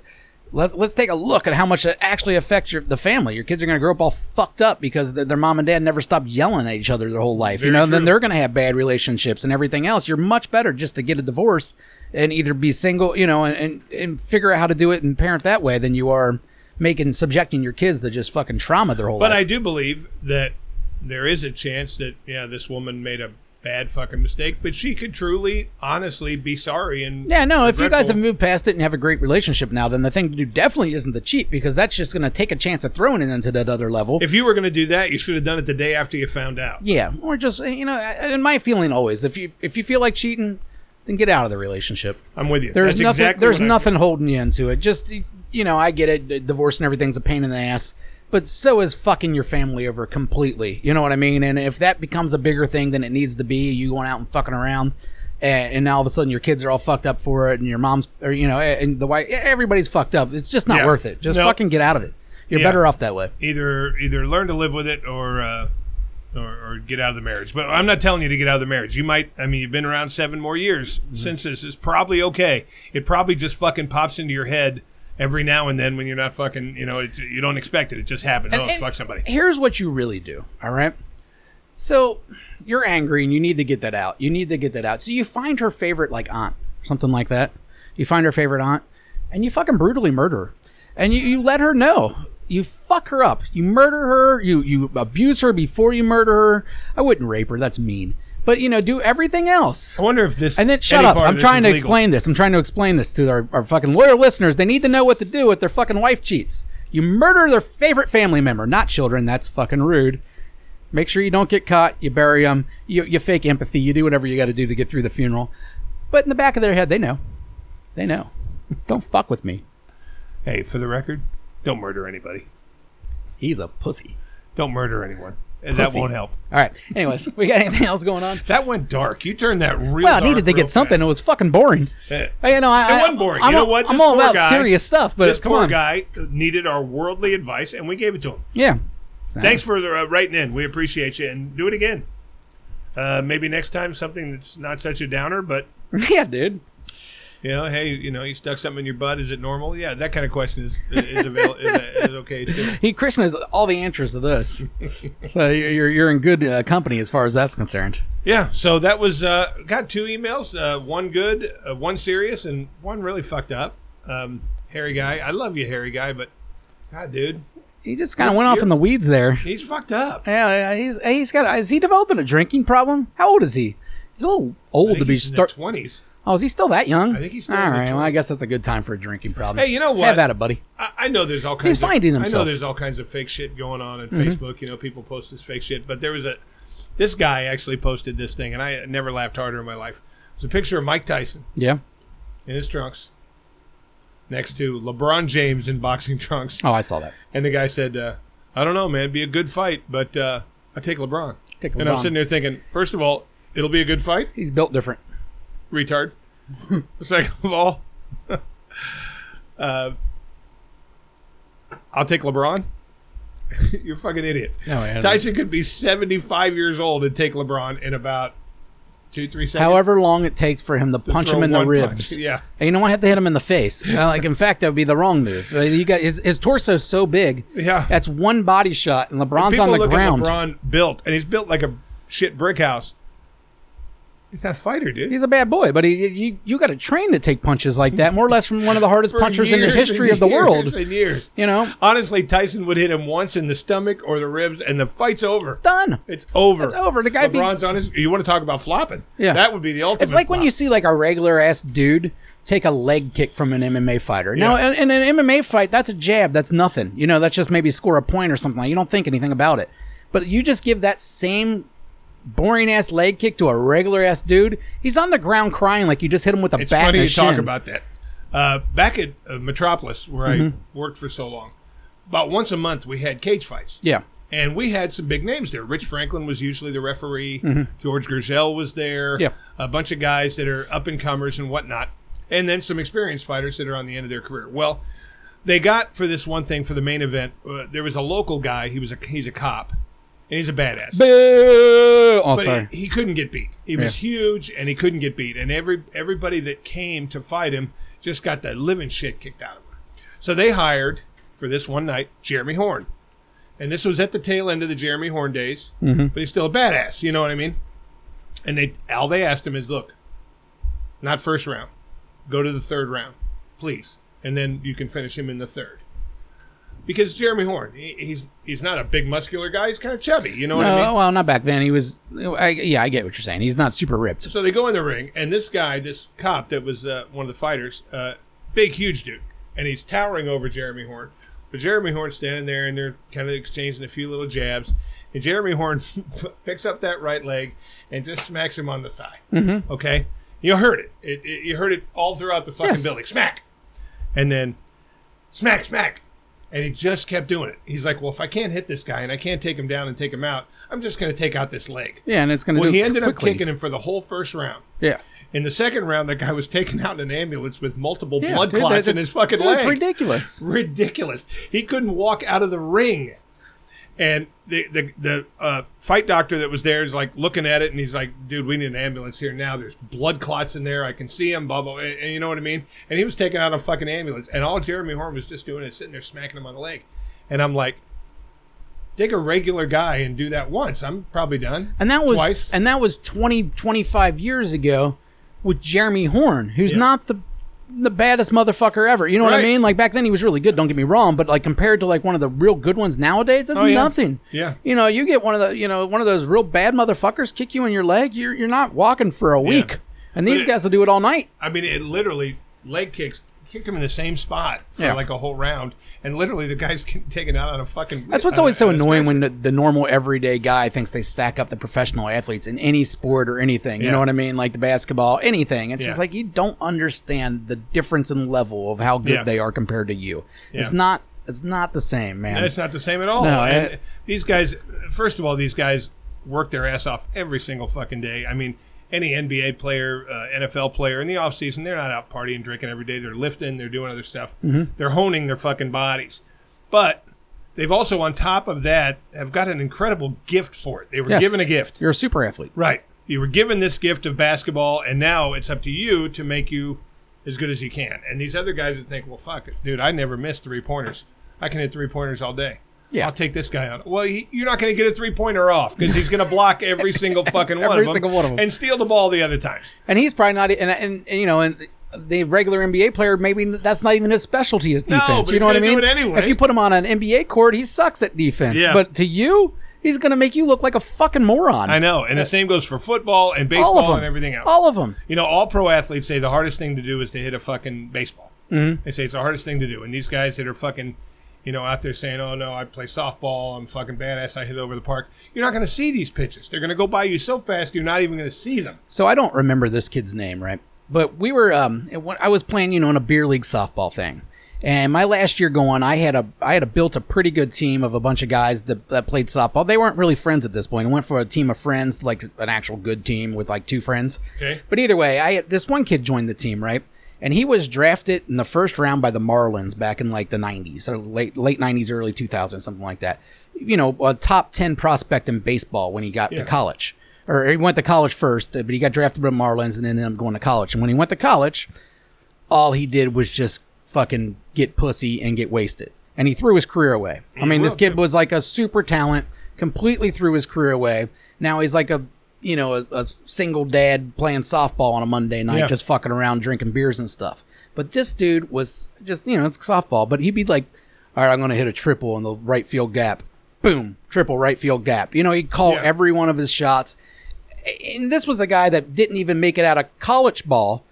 Let's, let's take a look at how much it actually affects your the family. Your kids are going to grow up all fucked up because th- their mom and dad never stopped yelling at each other their whole life. you Very know, and then true. they're going to have bad relationships and everything else. You're much better just to get a divorce and either be single, you know, and, and, and figure out how to do it and parent that way than you are making subjecting your kids to just fucking trauma their whole But I life. do believe that there is a chance that yeah, this woman made a bad fucking mistake, but she could truly, honestly, be sorry and yeah, no, if you guys regretful. have moved past it and have a great relationship now, then the thing to do definitely isn't the cheat because that's just going to take a chance of throwing it into that other level. If you were going to do that, you should have done it the day after you found out. Yeah, or just eh, you know, in my feeling always, if you if you feel like cheating, then get out of the relationship. I'm with you. There's That's nothing exactly there's what I nothing holding you into it. Just you know, I get it. Divorce and everything's a pain in the ass, but so is fucking your family over completely. You know what I mean? And if that becomes a bigger thing than it needs to be, you going out and fucking around. eh, And, and now all of a sudden your kids are all fucked up for it, and your mom's, or you know, eh, and the wife, everybody's fucked up. It's just not Yeah. worth it. Just No. fucking get out of it. You're Yeah. better off that way. either either learn to live with it or uh, or, or get out of the marriage. But I'm not telling you to get out of the marriage. You might. I mean, you've been around seven more years Mm-hmm. since this is probably okay. It probably just fucking pops into your head every now and then when you're not fucking. You know, it, you don't expect it. It just happens. oh, and- fuck somebody. here's what you really do all right so you're angry and you need to get that out you need to get that out so you find her favorite like aunt something like that you find her favorite aunt and you fucking brutally murder her and you, you let her know you fuck her up you murder her you you abuse her before you murder her i wouldn't rape her that's mean but you know do everything else I wonder if this and then shut any up. part of I'm this trying is to legal. explain this. I'm trying to explain this to our, our fucking lawyer listeners. They need to know what to do if their fucking wife cheats. You murder their favorite family member, not children. That's fucking rude. Make sure you don't get caught. You bury them. You, you fake empathy. You do whatever you got to do to get through the funeral. But in the back of their head, they know. They know. Don't fuck with me. Hey, for the record, don't murder anybody. He's a pussy. Don't murder anyone. And that Pussy. won't help. All right. Anyways, we got anything else going on? [LAUGHS] That went dark. You turned that real. Well, I dark needed to real get something. It fast. was fucking boring. Yeah. You know, I, It I- wasn't boring. I'm You know all- what? I'm This all poor about guy- serious stuff, but This come poor on. guy needed our worldly advice, and we gave it to him. Yeah. [LAUGHS] Thanks for uh, writing in. We appreciate you, and do it again. Uh, maybe next time something that's not such a downer, but Yeah, dude. You know, hey, you know, you stuck something in your butt. Is it normal? Yeah, that kind of question is is, avail- is, is okay too. He Krishna's all the answers to [LAUGHS] this, so you're you're- you're in good uh, company as far as that's concerned. Yeah, so that was uh, got two emails, uh, one good, uh, one serious, and one really fucked up. Um, hairy guy, I love you, hairy guy, but God, dude, He just kind of went off in the weeds there. he's fucked up. Yeah, yeah, he's he's got. Is he developing a drinking problem? How old is he? He's a little I old think to be he's in start. twenties. Oh, is he still that young? I think he's still All in his right. Well, I 20s. guess that's a good time for a drinking problem. Hey, you know what? Have at it, buddy. I, I know there's all kinds. of, finding I know himself. Mm-hmm. there's all kinds of fake shit going on on Facebook. You know, people post this fake shit, but there was a this guy actually posted this thing, and I never laughed harder in my life. It's a picture of Mike Tyson Yeah. in his trunks, next to LeBron James in boxing trunks, Oh, I saw that. and the guy said, uh, "I don't know, man. It'd be a good fight, but uh, I take LeBron." Take And I'm LeBron. sitting there thinking, first of all, it'll be a good fight, He's built different. [LAUGHS] retard. Second of all, [LAUGHS] uh, I'll take LeBron. [LAUGHS] You're a fucking idiot. No, yeah, Tyson could be 75 years old and take LeBron in about two, three seconds. However long it takes for him to to punch throw him in the one punch. ribs. Yeah. And You know, I have to hit him in the face. Uh, like, in fact, that would be the wrong move. Uh, You got his, his torso's so big. Yeah. That's one body shot, and LeBron's People on the look ground. at LeBron built, and he's built like a shit brick house. He's not a fighter, dude. He's a bad boy, but he, you you got to train to take punches like that, more or less from one of the hardest For punchers in the years history and of the years world. and years. You know, Honestly, Tyson would hit him once in the stomach or the ribs, and the fight's over. it's done. It's over. It's over. The guy be- LeBron's on his. You want to talk about flopping? Yeah. that would be the ultimate. It's like when flop. you see like a regular ass dude take a leg kick from an MMA fighter. Now, Yeah. in, in an MMA fight, that's a jab. That's nothing. You know, that's just maybe score a point or something. Like, you don't think anything about it. But you just give that same boring ass leg kick to a regular ass dude. He's on the ground crying like you just hit him with a It's bat. funny in you the talk shin. about that. Uh, back at uh, Metropolis, where Mm-hmm. I worked for so long, about once a month we had cage fights. Yeah. And we had some big names there. Rich Franklin was usually the referee. George Griselle was there. Yeah. A bunch of guys that are up and comers and whatnot. And then some experienced fighters that are on the end of their career. Well, they got for this one thing for the main event. Uh, there was a local guy. He was a he's a cop, and he's a badass. Boo! Oh, But sorry. he, he couldn't get beat. He was huge, and he couldn't get beat. And every everybody that came to fight him just got the living shit kicked out of him. So they hired for this one night Jeremy Horn, and this was at the tail end of the Jeremy Horn days. Mm-hmm. But he's still a badass. You know what I mean? And they all they asked him is, "Look, not first round. Go to the third round, please, and then you can finish him in the third. Because Jeremy Horn, he, he's he's not a big muscular guy. He's kind of chubby. You know what I mean? No, Oh, well, not back then. He was. I, yeah, I get what you're saying. He's not super ripped. So they go in the ring, and this guy, this cop that was uh, one of the fighters, uh, big, huge dude, and he's towering over Jeremy Horn. But Jeremy Horn's standing there, and they're kind of exchanging a few little jabs. And Jeremy Horn [LAUGHS] picks up that right leg and just smacks him on the thigh. Mm-hmm. Okay, you heard it. It, it. You heard it all throughout the fucking Yes. building. Smack, and then smack, smack. And he just kept doing it. He's like, well, if I can't hit this guy and I can't take him down and take him out, I'm just going to take out this leg. Yeah, and it's going to Well, do he it ended quickly. up kicking him for the whole first round. Yeah. In the second round, that guy was taken out in an ambulance with multiple Yeah, blood dude, clots that's- in his fucking dude, leg. It's ridiculous. Ridiculous. He couldn't walk out of the ring. And the the, the uh, fight doctor that was there is like looking at it, and he's like, "Dude, we need an ambulance here now. There's blood clots in there. I can see him, blah blah." And, and you know what I mean. And he was taken out of fucking ambulance, and all Jeremy Horn was just doing is sitting there smacking him on the leg. And I'm like, "Take a regular guy and do that once. I'm probably done." and that was twice. and that was 20 25 years ago with Jeremy Horn who's Yeah. not the the baddest motherfucker ever you know what I Right. mean like back then he was really good don't get me wrong but like compared to like one of the real good ones nowadays that's Oh, yeah. nothing Yeah. you know you get one of the you know one of those real bad motherfuckers kick you in your leg you're you're not walking for a week and these it- guys will do it all night I mean, it literally leg kicks kicked him in the same spot for Yeah. like a whole round, and literally the guy's [LAUGHS] getting taken out on a fucking. That's what's on a- always so on a annoying stretcher. when the, the normal everyday guy thinks they stack up the professional athletes in any sport or anything. You Yeah. know what I mean? Like the basketball, anything. It's Yeah. just like you don't understand the difference in level of how good Yeah. they are compared to you. It's Yeah. not. It's not the same, man. That's not the same at all. No, and it- these guys, first of all, these guys work their ass off every single fucking day. I mean, any NBA player, uh, NFL player in the offseason, they're not out partying, drinking every day. They're lifting, they're doing other stuff. Mm-hmm. They're honing their fucking bodies. But they've also, on top of that, have got an incredible gift for it. They were Yes. given a gift. You're a super athlete. Right. You were given this gift of basketball, and now it's up to you to make you as good as you can. And these other guys that think, well, fuck it, dude, I never miss three pointers. I can hit three pointers all day. Yeah. I'll take this guy out. Well, he, you're not going to get a three pointer off because he's going to [LAUGHS] block every single fucking one, Every of them single one of 'em. and steal the ball the other times. and he's probably not. e, And, and, and you know, and the regular NBA player, maybe that's not even his specialty is defense. but you know what he's I gonna do mean? it anyway. If you put him on an NBA court, he sucks at defense. Yeah. But to you, he's going to make you look like a fucking moron. I know. And the same goes for football All and of baseball them. and everything else. All of them. You know, all pro athletes say the hardest thing to do is to hit a fucking baseball. Mm-hmm. They say it's the hardest thing to do. And these guys that are fucking, you know, out there saying, oh no, I play softball, I'm fucking badass, I hit over the park. You're not going to see these pitches. They're going to go by you so fast, you're not even going to see them. So I don't remember this kid's name, right? But we were um at one- I was playing, you know, in a beer league softball thing. And my last year going, I had a I had a built a pretty good team of a bunch of guys that, that played softball. They weren't really friends at this point. I went for a team of friends, like an actual good team with like two friends. Okay. But either way, I had, this one kid joined the team, right? And he was drafted in the first round by the Marlins back in like the 90s or late late 90s, early 2000s, something like that. You know, a top 10 prospect in baseball when he got Yeah. to college. Or he went to college first, but he got drafted by the Marlins and ended up going to college. And when he went to college, all he did was just fucking get pussy and get wasted. And he threw his career away. I mean, this will kid do. was like a super talent, completely threw his career away. Now he's like a, you know, a, a single dad playing softball on a Monday night, Yeah. just fucking around drinking beers and stuff. But this dude was just, you know, it's softball, but he'd be like, all right, I'm going to hit a triple in the right field gap. Boom, triple right field gap. You know, he'd call Yeah. every one of his shots. And this was a guy that didn't even make it out of college ball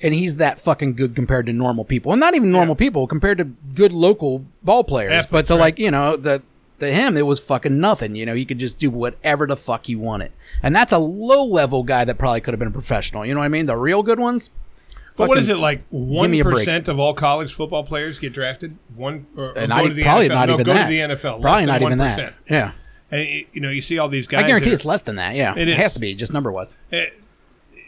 and he's that fucking good compared to normal people, and not even normal people compared to good local ball players. Athletes, but to right. like you know the to him it was fucking nothing. You know he could just do whatever the fuck he wanted, and that's a low level guy that probably could have been a professional. You know what I mean? The real good ones. But what is fucking- it like? One me a break. percent of all college football players get drafted. One or, or And go Uh, not, e- to the probably NFL. not no, even go that. to the NFL. Less Probably than not even 1%. that. Yeah, And, y- you know, you see all these guys. I guarantee that it's less than that. Yeah, It it, is. has to be just number wise.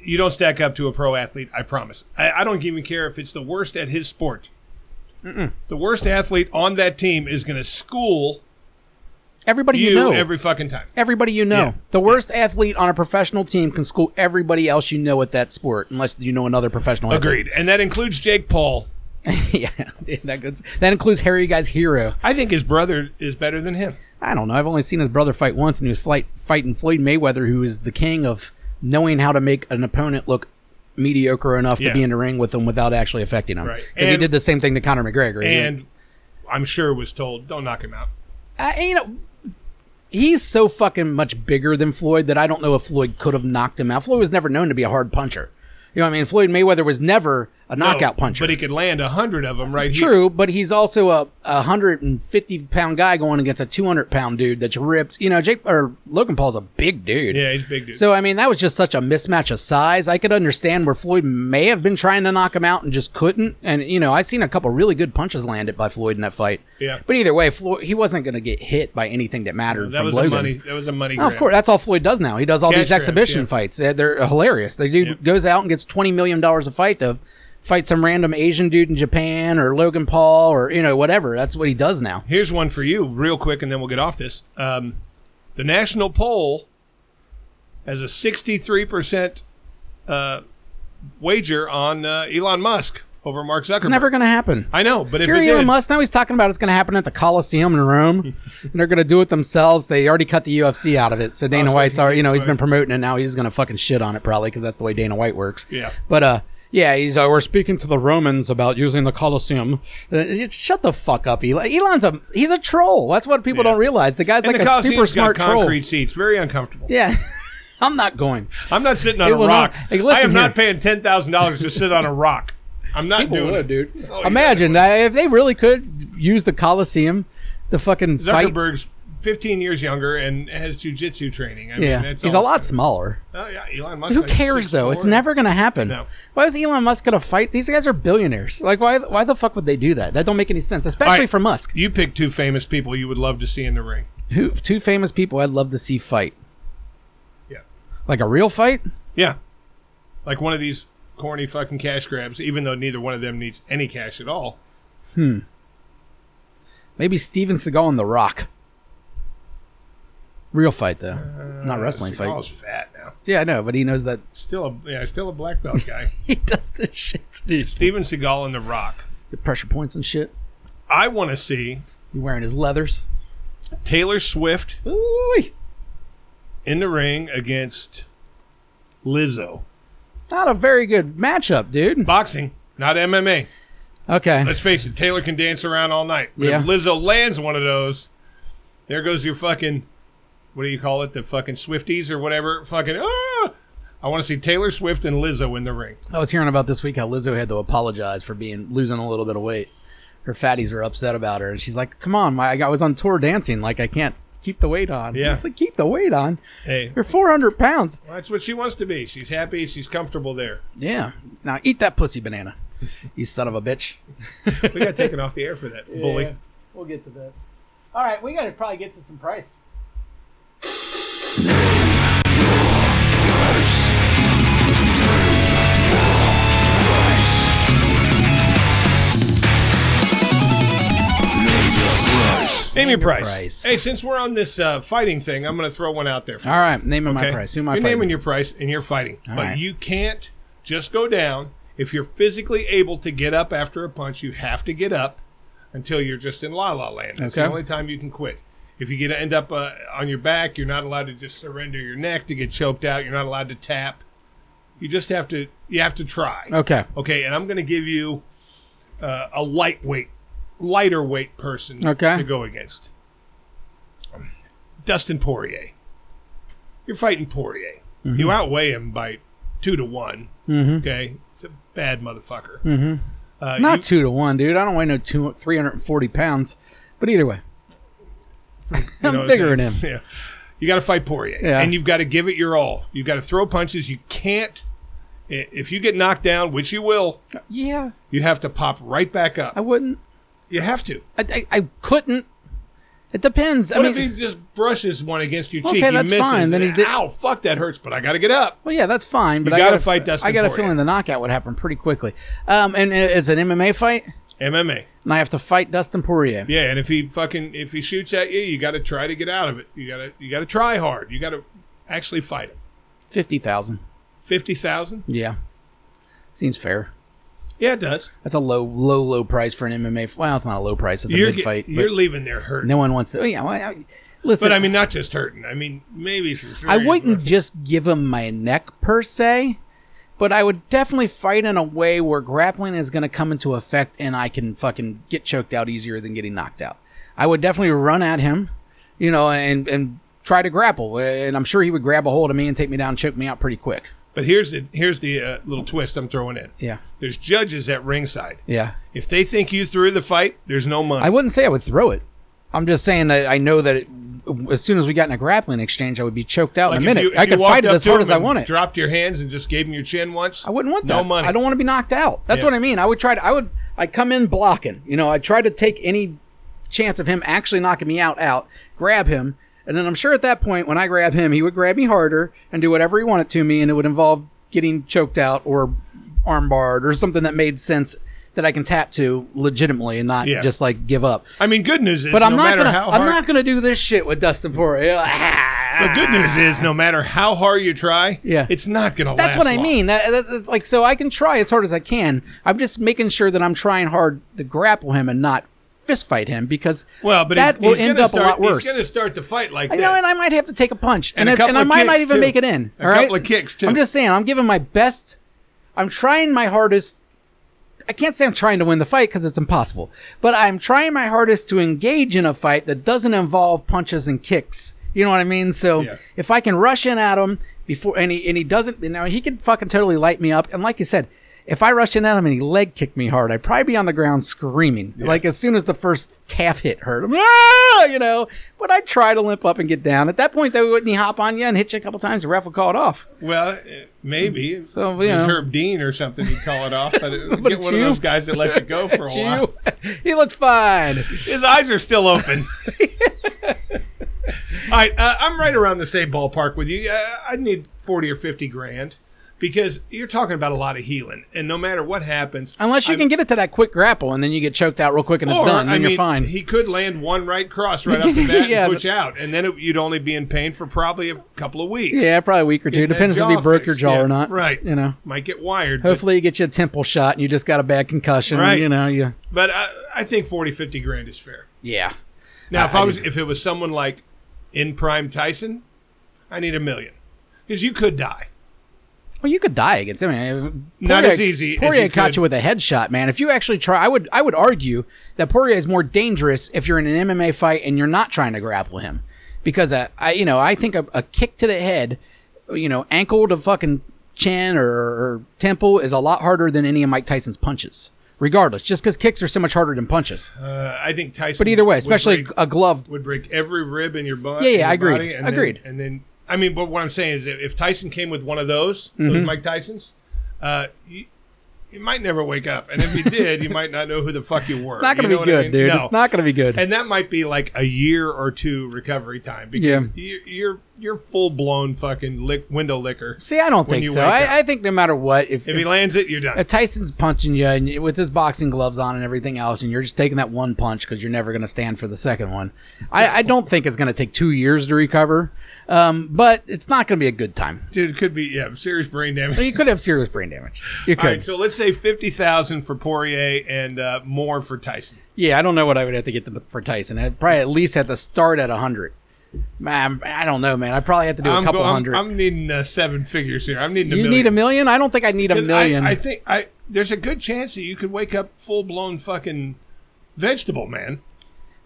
you don't stack up to a pro athlete. I promise. I, I don't even care if it's the worst at his sport. The worst athlete on that team is going to school Everybody you, you know, every fucking time. everybody you know, Yeah. the worst athlete on a professional team can school everybody else you know at that sport, unless you know another professional. athlete. Agreed, and that includes Jake Paul. [LAUGHS] yeah, that goes, that includes Harry Guy's hero. I think his brother is better than him. I don't know. I've only seen his brother fight once, and he was fight, fighting Floyd Mayweather, who is the king of knowing how to make an opponent look mediocre enough Yeah. to be in the ring with them without actually affecting them. Right. Because he And- did the same thing to Conor McGregor. He- And I'm sure was told, "Don't knock him out." I, and, you know, he's so fucking much bigger than Floyd that I don't know if Floyd could have knocked him out. Floyd was never known to be a hard puncher. You know what I mean? Floyd Mayweather was never a knockout No, puncher. Oh, but he could land a hundred of them right here. True, but he's also a, a hundred and fifty pound guy going against a two hundred pound dude that's ripped. You know, Jake or Logan Paul's a big dude. Yeah, he's a big dude. So I mean, that was just such a mismatch of size. I could understand where Floyd may have been trying to knock him out and just couldn't. And you know, I seen a couple really good punches landed by Floyd in that fight. Yeah. But either way, Floyd he wasn't going to get hit by anything that mattered that from was Logan. a money. That was a money. Oh, of grab. course, that's all Floyd does now. He does all Cash these grabs, exhibition yeah. fights. They're- They're hilarious. The dude Yeah. goes out and gets twenty million dollars a fight to fight some random Asian dude in Japan or Logan Paul or you know whatever. That's what he does now. Here's one for you, real quick, and then we'll get off this. Um, the national poll has a 63% uh, wager on uh, Elon Musk over Mark Zuckerberg. It's never going to happen. I know, but if Sure, it Elon did, Musk. Now he's talking about it's going to happen at the Coliseum in [LAUGHS] Rome, and they're going to do it themselves. They already cut the UFC out of it, so Dana Oh, so White's he- already, you know, he's right. been promoting it. Now he's going to fucking shit on it probably because that's the way Dana White works. Yeah. But uh, yeah, he's uh, we're speaking to the Romans about using the Coliseum. Uh, it- shut the fuck up, Elon. Elon's a he's a troll. That's what people Yeah. don't realize. The guy's and like the a Coliseum's super smart got troll. concrete Oh, seats, very uncomfortable. [LAUGHS] Yeah. [LAUGHS] I'm not going. I'm not sitting on It a will not- rock. Hey, listen I am here. not paying ten thousand dollars to sit on a rock. I'm not doing it, dude. Oh, yeah, Imagine that if they really could use the Coliseum, the fucking fight. Zuckerberg's 15 years younger and has jujitsu training. I mean, Yeah, that's he's a all- lot smaller. Oh yeah, Elon Musk. Who like cares though? 6'4". It's never gonna happen. No. Why is Elon Musk gonna fight? These guys are billionaires. Like why? Why the fuck would they do that? That don't make any sense, especially right. for Musk. You pick two famous people you would love to see in the ring. Who two famous people I'd love to see fight, Yeah. like a real fight. Yeah. Like one of these corny fucking cash grabs, even though neither one of them needs any cash at all. Maybe Steven Seagal and The Rock. Real fight though, not wrestling fight. Seagal's fat now. Yeah, I know, but he knows that [LAUGHS] Still a yeah, still a black belt guy. [LAUGHS] he does this shit. Dude, Steven Seagal and The Rock. the pressure points and shit. I want to see He wearing his leathers. Taylor Swift Ooh, in the ring against Lizzo. not a very good matchup, dude. Boxing, not MMA. Okay, Let's face it, Taylor can dance around all night. But Yeah. if Lizzo lands one of those, there goes your fucking what do you call it? The fucking Swifties or whatever. Fucking ah! I want to see Taylor Swift and Lizzo in the ring. I was hearing about this week how Lizzo had to apologize for being losing a little bit of weight. Her fatties were upset about her, and she's like, "Come on, my, I was on tour dancing. Like, I can't keep the weight on." Yeah. it's like keep the weight on. Hey, You're 400 pounds. that's what she wants to be. She's happy. She's comfortable there. Yeah. Now eat that pussy banana, you son of a bitch. We got taken off the air for that bully. We'll get to that. All right, we gotta probably get to some price. Amy Price. price. Hey, since we're on this uh, fighting thing, I'm going to throw one out there. All right, naming my okay? price. Who am I you're fighting? naming your price and you're fighting, but right. you can't just go down if you're physically able to get up after a punch. You have to get up until you're just in la la land. That's the Okay. only time you can quit. If you get end up uh, on your back, you're not allowed to just surrender your neck to get choked out. You're not allowed to tap. You just have to. You have to try. okay. Okay, and I'm going to give you uh, a lightweight, lighter weight person Okay. to go against. Dustin Poirier. You're fighting Poirier. Mm-hmm. You outweigh him by two to one. Okay, he's a bad motherfucker. Uh, Mm-hmm. Not you- two to one, dude. I don't weigh no two, 340 pounds. But either way, you I'm know what bigger than saying? [LAUGHS] him. Yeah. You got to fight Poirier, Yeah. and you've got to give it your all. You've got to throw punches. You can't. i- If you get knocked down, which you will, Yeah, you have to pop right back I up. wouldn't. You have to. I, I, I couldn't. It depends. I What mean, if he just brushes one against your Okay, cheek? that's he misses. fine, then and, he did- Ow, fuck, that hurts, but I got to get up. well, yeah, that's fine. But I gotta got fight Dustin I got a Poirier. feeling the knockout would happen pretty quickly. Um, and it's an MMA fight, MMA. and I have to fight Dustin Poirier. Yeah, and if he fucking if he shoots at you, you got to try to get out of it. You got to you got to try hard. You got to actually fight him. Fifty thousand. Fifty thousand? Yeah, seems fair. Yeah, it does. That's a low, low, low price for an MMA. f- Well, it's not a low price. It's a you're mid get- fight. you're But leaving there hurting. no one wants to. oh, Yeah, well, I, listen. but I mean, not just hurting. I mean, maybe some. I serious- wouldn't just give him my neck per se, but I would definitely fight in a way where grappling is going to come into effect and I can fucking get choked out easier than getting knocked out. I would definitely run at him, you know, and and try to grapple, and I'm sure he would grab a hold of me and take me down, and choke me out pretty quick. But here's the here's the uh, little twist I'm throwing in. Yeah, There's judges at ringside. yeah. If they think you threw the fight, there's no money. I wouldn't say I would throw it. I'm just saying that I know that it, as soon as we got in a grappling exchange, I would be choked out Like, in a minute. if you- if I you could walked fight it up as to hard him as I and wanted. Dropped your hands and just gave him your chin once. I wouldn't want that. No money. I don't want to be knocked out. That's Yeah. what I mean. I would try to. I would. I come in blocking. You know, I try to take any chance of him actually knocking me out. Out, grab him, and then I'm sure at that point when I grab him, he would grab me harder and do whatever he wanted to me, and it would involve getting choked out or armbarred or something that made sense that I can tap to legitimately and not Yeah. just like give up. I mean, good news is, But I'm no not matter gonna. how I'm hard, not gonna do this shit with Dustin Poirier. [LAUGHS] The good news is, no matter how hard you try, Yeah. it's not gonna. That's last what I long. mean. That, that, that's like, so I can try as hard as I can. I'm just making sure that I'm trying hard to grapple him and not fist fight him because Well, but that he's, will he's end gonna up start, a lot worse. He's gonna start the fight like I this. know, and I might have to take a punch, And and, a if- and couple I of might not kicks, even too. make it in. A all right? couple of kicks, too. I'm just saying, I'm giving my best. I'm trying my hardest. I can't say I'm trying to win the fight because it's impossible, but I'm trying my hardest to engage in a fight that doesn't involve punches and kicks. You know what I mean? So Yeah. if I can rush in at him before, and he and he doesn't, you know, he can fucking totally light me up. And like you said. If I rush in at him and he leg kicked me hard, I'd probably be on the ground screaming. Like as soon as the first calf hit hurt, I'm, ah, you know. But I'd try to limp up and get down. At that point, though, wouldn't he hop on you and hit you a couple times? The ref would call it off. Well, uh, maybe so, If you it was know. Herb Dean or something. He'd call it off, [LAUGHS] but, it, But get one you- of those guys that lets you [LAUGHS] go for a while. Chew. he looks fine. His eyes are [LAUGHS] still open. All right, uh, I'm right around the same ballpark with you. Uh, I need forty or fifty grand because you're talking about a lot of healing, and no matter what happens, Unless you I'm- can get it to that quick grapple and then you get choked out real quick and it's Or, done, I then you're mean, fine. He could land one [LAUGHS] right cross right off the bat Yeah, and put but- you out, and then it, you'd only be in pain for probably a couple of weeks. yeah, probably a week or two. Getting that Depends if he jaw broke your fixed. jaw Yeah, or not. right. You know. might get wired. but- Hopefully, you get you a temple shot and you just got a bad concussion. Right. You know, you. but, I, I think 40, 50 grand is fair. Yeah. Now, if I, I was, if it was someone like in prime Tyson, I need a million because you could die. Well, you could die against him. I mean, if- Not Poirier- as easy as Poirier you caught could- you with a headshot, man. If you actually try, I would, I would argue that Poirier is more dangerous if you're in an MMA fight and you're not trying to grapple him, because I, I you know, I think a, a kick to the head, you know, ankle to fucking chin or, or temple is a lot harder than any of Mike Tyson's punches. Regardless, just because kicks are so much harder than punches. Uh, I think Tyson. But either way, would especially break- a glove. would break every rib in your bu- in your Yeah, body. yeah, agreed. and Agreed. Then, and then, I mean, but what I'm saying is, if if Tyson came with one of those, Mm-hmm. those Mike Tyson's, uh, you, you might never wake up, and if you did, you might not know who the fuck you [LAUGHS] were. It's not You going know to be what I good, mean? dude. No. It's not going to be good. and that might be like a year or two recovery time because Yeah. you, you're you're full blown fucking lick, window licker. See, I don't when think you so. wake I, I think no matter what, if, If if- he lands it, you're done. if Tyson's punching you and you- with his boxing gloves on and everything else, and you're just taking that one punch because you're never going to stand for the second one, I, I don't think it's going to take two years to recover. Um, but it's not going to be a good time. Dude, it could be yeah, serious brain damage. You could have serious brain damage. You could. All right, so let's say fifty thousand for Poirier and uh, more for Tyson. yeah, I don't know what I would have to get to, for Tyson. I'd probably at least have to start at 100. Man, I don't know, man. I probably have to do a I'm couple go- I'm- hundred. I'm, needing uh, seven figures here. I'm needing a you million. need a million? I don't think I need a million. I, I think I there's a good chance that you could wake up full blown fucking vegetable man.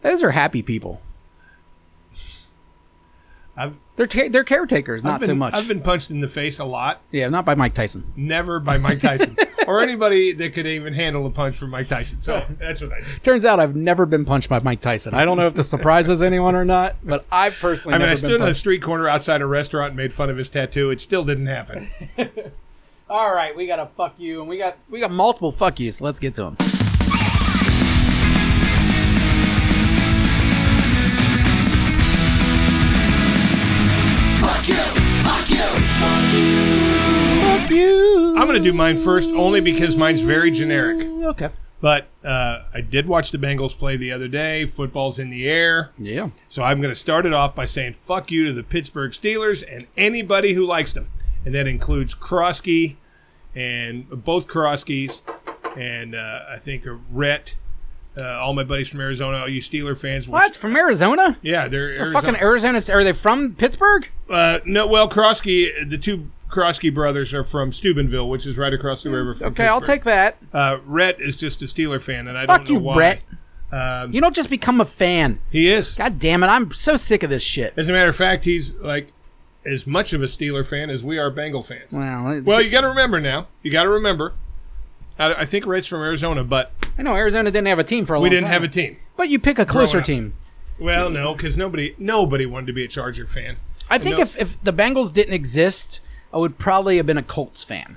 Those are happy people. I've, They're ta- they're caretakers, not I've been, so much. I've been punched in the face a lot, yeah, not by Mike Tyson. never [LAUGHS] by Mike Tyson or anybody that could even handle a punch from Mike Tyson. So that's what I do. Turns out I've never been punched by Mike Tyson. I don't know if this surprises anyone or not, but I personally. I mean, never I been stood on a punched. street corner outside a restaurant and made fun of his tattoo. It still didn't happen. All right, we got a fuck you, and we got we got multiple fuck yous. Let's get to them. Fuck you! I'm going to do mine first only because mine's very generic. Okay. But uh, I did watch the Bengals play the other day. Football's in the air. Yeah. So I'm going to start it off by saying fuck you to the Pittsburgh Steelers and anybody who likes them. And that includes Krosky and both Kroskys and uh, I think uh, Rhett. Uh, all my buddies from Arizona, all you Steeler fans. which- What? From Arizona? Yeah, they're They're Arizona. Fucking Arizona? Are they from Pittsburgh? Uh, no, well, Krosky, the two Krosky brothers are from Steubenville, which is right across the river from Mm, Okay, I'll Pittsburgh. take that. Uh, Rhett is just a Steeler fan, and I Fuck don't know you, why. Brett. Um, You don't just become a fan. he is. God damn it! I'm so sick of this shit. As a matter of fact, he's like as much of a Steeler fan as we are Bengal fans. Well, it's- Well, you got to remember now. You got to remember. I, I think Rhett's from Arizona, but I know Arizona didn't have a team for a we long didn't time. have a team. But you pick a closer up. team. Well, no, because nobody nobody wanted to be a Charger fan. I think No. if, if the Bengals didn't exist, I would probably have been a Colts fan.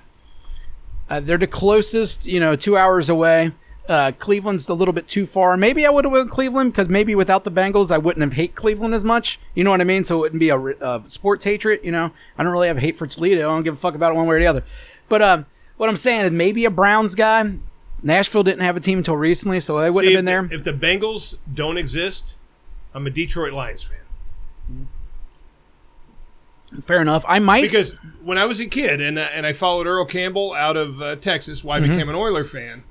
Uh, they're the closest, you know, two hours away. Uh, Cleveland's a little bit too far. Maybe I would have went Cleveland because maybe without the Bengals, I wouldn't have hate Cleveland as much. You know what I mean? So it wouldn't be a, re- a sports hatred. You know, I don't really have hate for Toledo. I don't give a fuck about it one way or the other. But um, what I'm saying is maybe a Browns guy. Nashville didn't have a team until recently, so I wouldn't See, have been there. if, if the Bengals don't exist, I'm a Detroit Lions fan. Fair enough. I might. Because when I was a kid and uh, and I followed Earl Campbell out of uh, Texas, why I Mm-hmm. became an Oiler fan.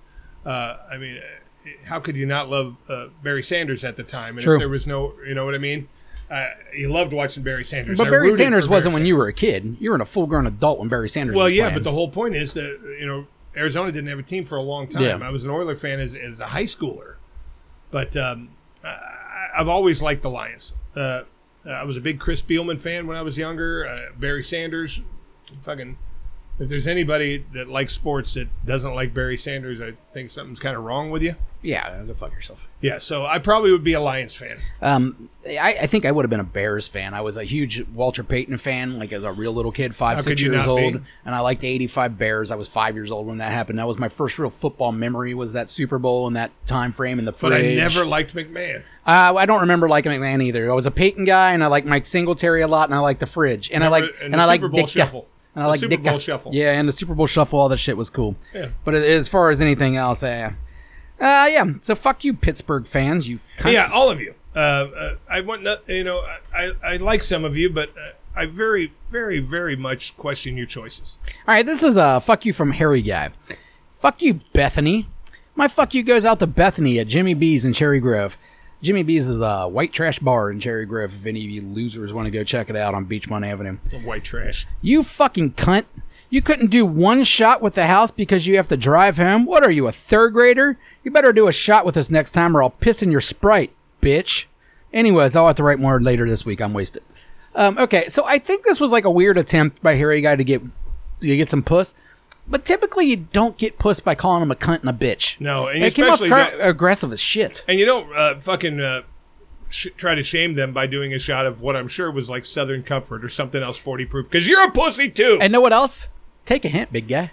Uh, I mean, uh, how could you not love uh, Barry Sanders at the time? And True. if there was no, you know what I mean? Uh, he loved watching Barry Sanders. But I Barry rooted for Sanders Barry wasn't when you were a kid. You were an a full grown adult when Barry Sanders Well, was yeah, playing. but the whole point is that you know Arizona didn't have a team for a long time. Yeah. I was an Oiler fan as, as a high schooler, but um, I, I've always liked the Lions. Uh, I was a big Chris Spielman fan when I was younger. Uh, Barry Sanders, fucking. If there's anybody that likes sports that doesn't like Barry Sanders, I think something's kind of wrong with you. Yeah, go fuck yourself. Yeah, so I probably would be a Lions fan. Um, I, I think I would have been a Bears fan. I was a huge Walter Payton fan, like as a real little kid, five, How six could you years not be? old, and I liked the '85 Bears. I was five years old when that happened. That was my first real football memory. Was that Super Bowl and that time frame in the But fridge. I never liked McMahon. Uh, I don't remember liking McMahon either. I was a Peyton guy, and I liked Mike Singletary a lot, and I liked the fridge, and I like and and, the I like Super Bowl Ditka. Shuffle. And I like Super Dick Bowl Guy- Shuffle. Yeah, and the Super Bowl Shuffle, all that shit was cool. Yeah. But it, as far as anything else, eh. Uh, yeah. So fuck you, Pittsburgh fans. You cunts. Yeah, all of you. Uh, uh, I want not, you know I, I like some of you, but uh, I very very very much question your choices. All right, this is a fuck you from Harry guy. Fuck you, Bethany. My fuck you goes out to Bethany at Jimmy B's in Cherry Grove. Jimmy B's is a white trash bar in Cherry Grove. If any of you losers want to go check it out on Beachmont Avenue, White trash. you fucking cunt. You couldn't do one shot with the house because you have to drive home. What are you, a third grader? You better do a shot with us next time, or I'll piss in your sprite, bitch. Anyways, I'll have to write more later this week. I'm wasted. Um, okay, so I think this was like a weird attempt by Harry Guy to get to get some puss, but typically you don't get puss by calling him a cunt and a bitch. No, and it came off especially cra- don't- aggressive as shit. And you don't uh, fucking uh, sh- try to shame them by doing a shot of what I'm sure was like Southern Comfort or something else 40 proof because you're a pussy too. And know what else? Take a hint, big [LAUGHS] guy.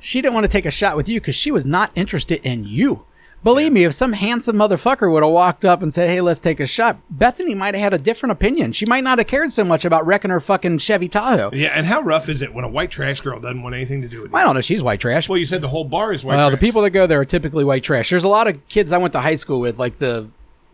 she didn't want to take a shot with you because she was not interested in you. Believe me, if some handsome motherfucker would have walked up and said, "Hey, let's take a shot," Bethany might have had a different opinion. She might not have cared so much about wrecking her fucking Chevy Tahoe. yeah, and how rough is it when a white trash girl doesn't want anything to do with I it? don't know. She's white trash. Well, you said the whole bar is white. Well, the trash. people that go there are typically white trash. There's a lot of kids I went to high school with, like the,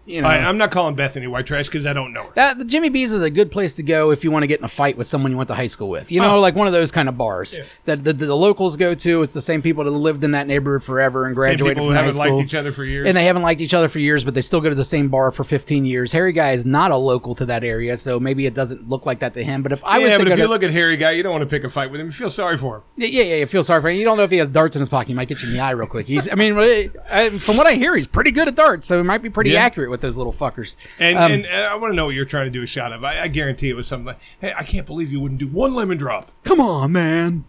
you know, I, I'm not calling Bethany white trash because I don't know her. that the Jimmy Bee's is a good place to go if you want to get in a fight with someone you went to high school with. You know, Oh. like one of those kind of bars that the, the locals go to. It's the same people that lived in that neighborhood forever and And graduated people who from high haven't school. liked each other for years. and they haven't liked each other for years, but they still go to the same bar for 15 years. Harry Guy is not a local to that area, so maybe it doesn't look like that to him. But if I was yeah, to but go if you to- look at Harry Guy, you don't want to pick a fight with him. You feel sorry for him. Yeah, yeah, yeah, yeah. Feel sorry for him. You don't know if he has darts in his pocket. He might get you in the eye real quick. He's, I mean, really, I, from what I hear, he's pretty good at darts, so he might be pretty Yeah. accurate with those little fuckers. And, Um, and, and I want to know what you're trying to do a shot of. I, I guarantee it was something like, hey, I can't believe you wouldn't do one lemon drop. come on, man.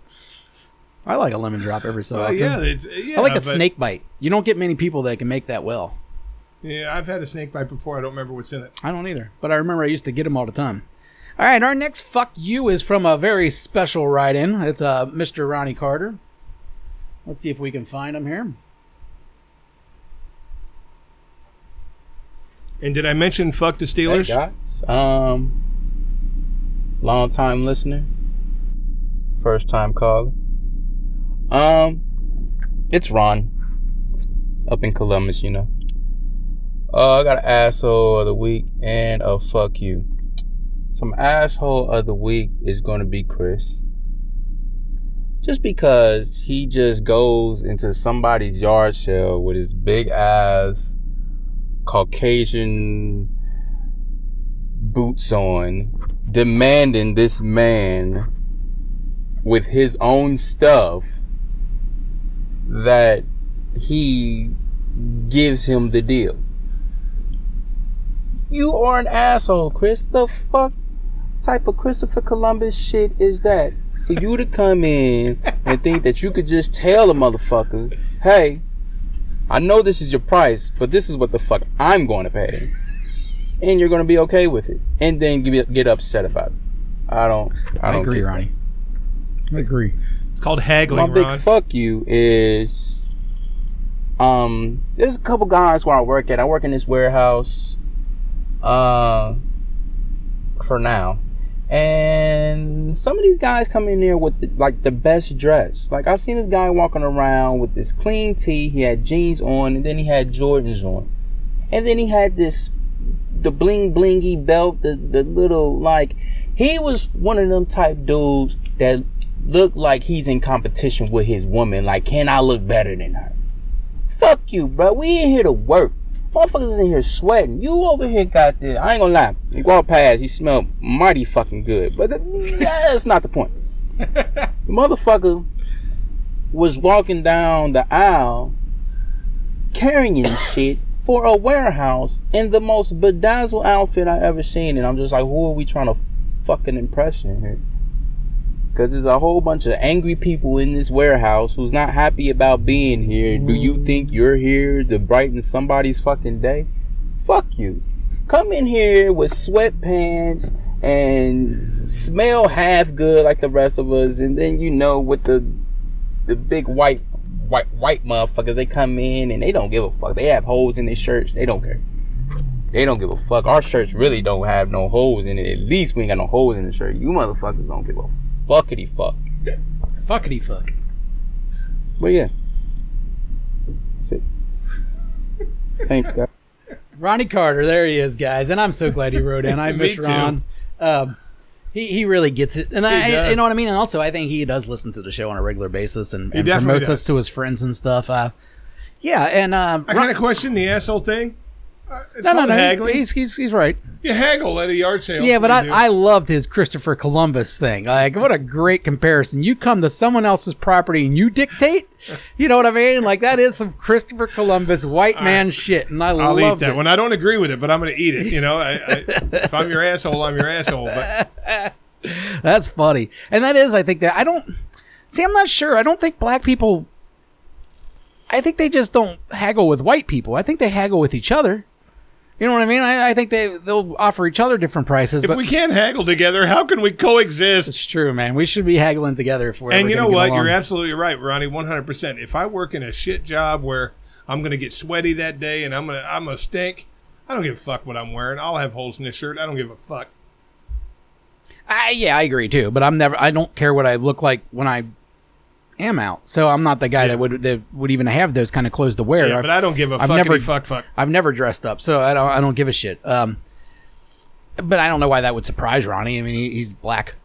I like a lemon drop every so Uh, often. yeah, it's, yeah. I like a but- snake bite. You don't get many people that can make that well. Yeah, I've had a snake bite before. I don't remember what's in it. I don't either, but I remember I used to get them all the time. All right, our next fuck you is from a very special write in. It's uh, Mr. Ronnie Carter. Let's see if we can find him here. And did I mention fuck the Hey Steelers? guys, um, long time listener, first time caller. Um, it's Ron, up in Columbus, you know. Uh, I got an asshole of the week and a fuck you. So my asshole of the week is going to be Chris, just because he just goes into somebody's yard sale with his big ass Caucasian boots on, demanding this man with his own stuff that he gives him the deal. You are an asshole, Chris. The fuck type of Christopher Columbus shit is that? For you to come in and think that you could just tell a motherfucker, hey, I know this is your price, but this is what the fuck I'm going to pay and you're going to be okay with it, and then you get upset about it. I don't. I, I, don't agree, get that. Ronnie. I agree. It's called haggling, My Ron. big fuck you is, um, there's a couple guys where I work at. I work in this warehouse, uh, for now, and some of these guys come in there with the, like the best dress. Like I've seen this guy walking around with this clean tee. He had jeans on, and then he had Jordans on, and then he had this the bling blingy belt, the, the little like he was one of them type dudes that look like he's in competition with his woman. Like, can I look better than her? Fuck you, bro. We in here to work. Motherfuckers is in here sweating. You over here got there. I ain't gonna lie. You walk past, you smell mighty fucking good. But that- that's not the point. The motherfucker was walking down the aisle carrying shit for a warehouse in the most bedazzled outfit I ever seen, and I'm just like, who are we trying to fucking impress in here? Because there's a whole bunch of angry people in this warehouse who's not happy about being here. Do you think you're here to brighten somebody's fucking day? Fuck you. Come in here with sweatpants and smell half good like the rest of us, and then you know what the the big white white white motherfuckers they come in and they don't give a fuck. They have holes in their shirts. They don't care. They don't give a fuck. Our shirts really don't have no holes in it. At least we ain't got no holes in the shirt. You motherfuckers don't give a fuckity fuck. Fuckity fuck. But yeah. That's it. Thanks, guys. Ronnie Carter, there he is, guys, and I'm so glad he wrote [LAUGHS] in. I Me miss too. Ron. Um, he he really gets it, and I does. you know what I mean. And also, I think he does listen to the show on a regular basis and, and definitely promotes does. us to his friends and stuff. Uh, yeah, and uh, I Ron- kind of question the asshole thing. Uh, it's no, no, called no, haggling. he's he's he's right. you haggle at a yard sale. Yeah, but You I, do. I loved his Christopher Columbus thing. Like, what a great comparison. You come to someone else's property and you dictate. You know what I mean? Like, that is some Christopher Columbus white man shit. And I I'll love eat that one. I don't agree with it, but I'm going to eat it. You know, I, I, if I'm your asshole, I'm your asshole. [LAUGHS] But That's funny. And that is, I think, that I don't see, I'm not sure. I don't think black people, I think they just don't haggle with white people. I think they haggle with each other. You know what I mean? I, I think they, they'll offer each other different prices. if but we can't haggle together, how can we coexist? it's true, man. We should be haggling together if we're And ever you know gonna get what? along. You're absolutely right, Ronnie. 100%. If I work in a shit job where I'm going to get sweaty that day and I'm going to I'm going to stink, I don't give a fuck what I'm wearing. I'll have holes in this shirt. I don't give a fuck. I, yeah, I agree too. But I'm never. I don't care what I look like when I am out. So I'm not the guy that would that would even have those kind of clothes to wear. Yeah, I've, but I don't give a I've fuckity never- fuck fuck. I've never dressed up, so I don't. I don't give a shit. Um, but I don't know why that would surprise Ronnie. I mean, he, he's black.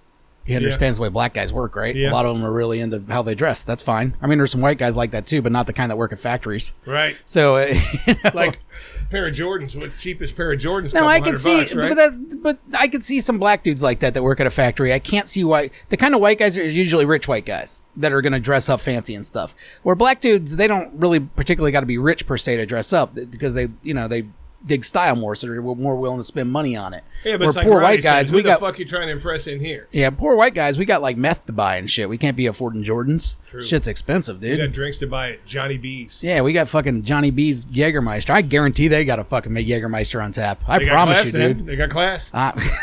He understands the way black guys work, right? Yeah. A lot of them are really into how they dress. That's fine. I mean, there's some white guys like that too, but not the kind that work at factories. Right. So, [LAUGHS] uh, you know. Like a pair of Jordans, what cheapest pair of Jordans? No, couple I could hundred see, bucks, right? but, that, but I could see some black dudes like that that work at a factory. I can't see why the kind of white guys are usually rich white guys that are going to dress up fancy and stuff. Where black dudes, they don't really particularly got to be rich per se to dress up because they, you know, they dig style more, so they're more willing to spend money on it. yeah, but Where it's like poor Ronnie white said, guys, who we the got fuck you trying to impress in here? yeah, poor white guys, we got like meth to buy and shit. We can't be affording Jordans. Shit's expensive, dude. You got drinks to buy at Johnny B's. Yeah, we got fucking Johnny B's Jägermeister. I guarantee they got a fucking make Jägermeister on tap. I They got promise class, you, then. dude. They got class. Uh, [LAUGHS]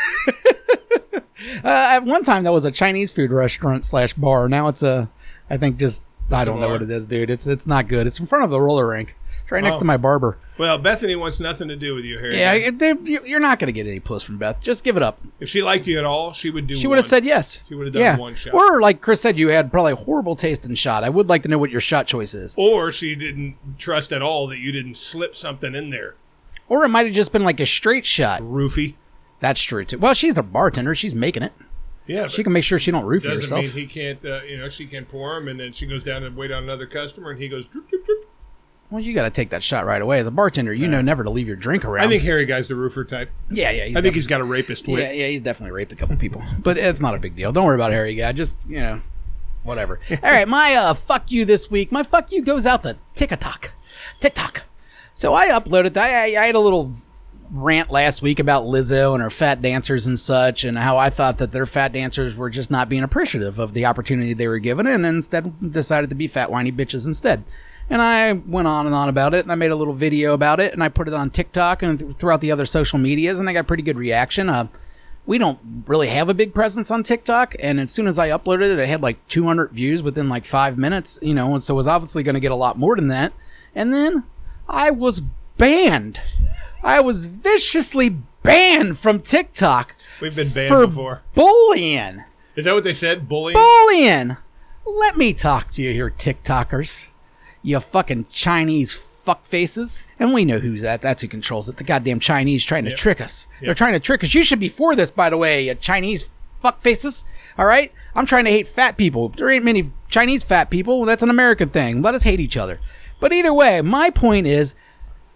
uh, at one time, that was a Chinese food restaurant slash bar. Now it's a, I think just I don't know bar. what it is, dude. It's it's not good. It's in front of the roller rink. It's right next Oh. to my barber. Well, Bethany wants nothing to do with you, Harry. Yeah, it- dude, you- you're not gonna get any puss from Beth. Just give it up. If she liked you at all, she would do. She would have one. said yes. She would've done yeah. one shot. Or like Chris said, you had probably horrible taste in shot. I would like to know what your shot choice is. or she didn't trust at all that you didn't slip something in there, Or it might have just been like a straight shot. Roofy. That's true too. Well, she's the bartender. She's making it. Yeah, but She can make sure she don't root for doesn't herself. mean he can't. Uh, you know, she can pour him, and then she goes down and wait on another customer, and he goes. Droop, droop, droop. well, you got to take that shot right away. As a bartender, you know never to leave your drink around. I think Harry guy's the roofer type. Yeah, yeah. He's I think he's got a rapist Yeah, wit. yeah, he's definitely raped a couple people, but it's not a big deal. Don't worry about Harry guy. Just you know, whatever. All right, my uh, fuck you this week. My fuck you goes out to TikTok, TikTok. So I uploaded. I, I I had a little rant last week about Lizzo and her fat dancers and such, and how I thought that their fat dancers were just not being appreciative of the opportunity they were given, and instead decided to be fat whiny bitches instead. And I went on and on about it, and I made a little video about it, and I put it on TikTok and th- throughout the other social medias, and I got pretty good reaction. Uh, we don't really have a big presence on TikTok, and as soon as I uploaded it, it had like 200 views within like five minutes, you know, and so it was obviously going to get a lot more than that. And then I was banned. I was viciously banned from TikTok We've been banned for before. bullying. Is that what they said? Bullying. Bullying. Let me talk to you here, TikTokers. You fucking Chinese fuck faces. And we know who's that. That's who controls it. The goddamn Chinese trying to trick us. They're trying to trick us. You should be for this, by the way, you Chinese fuck faces. All right? I'm trying to hate fat people. There ain't many Chinese fat people. That's an American thing. Let us hate each other. But either way, my point is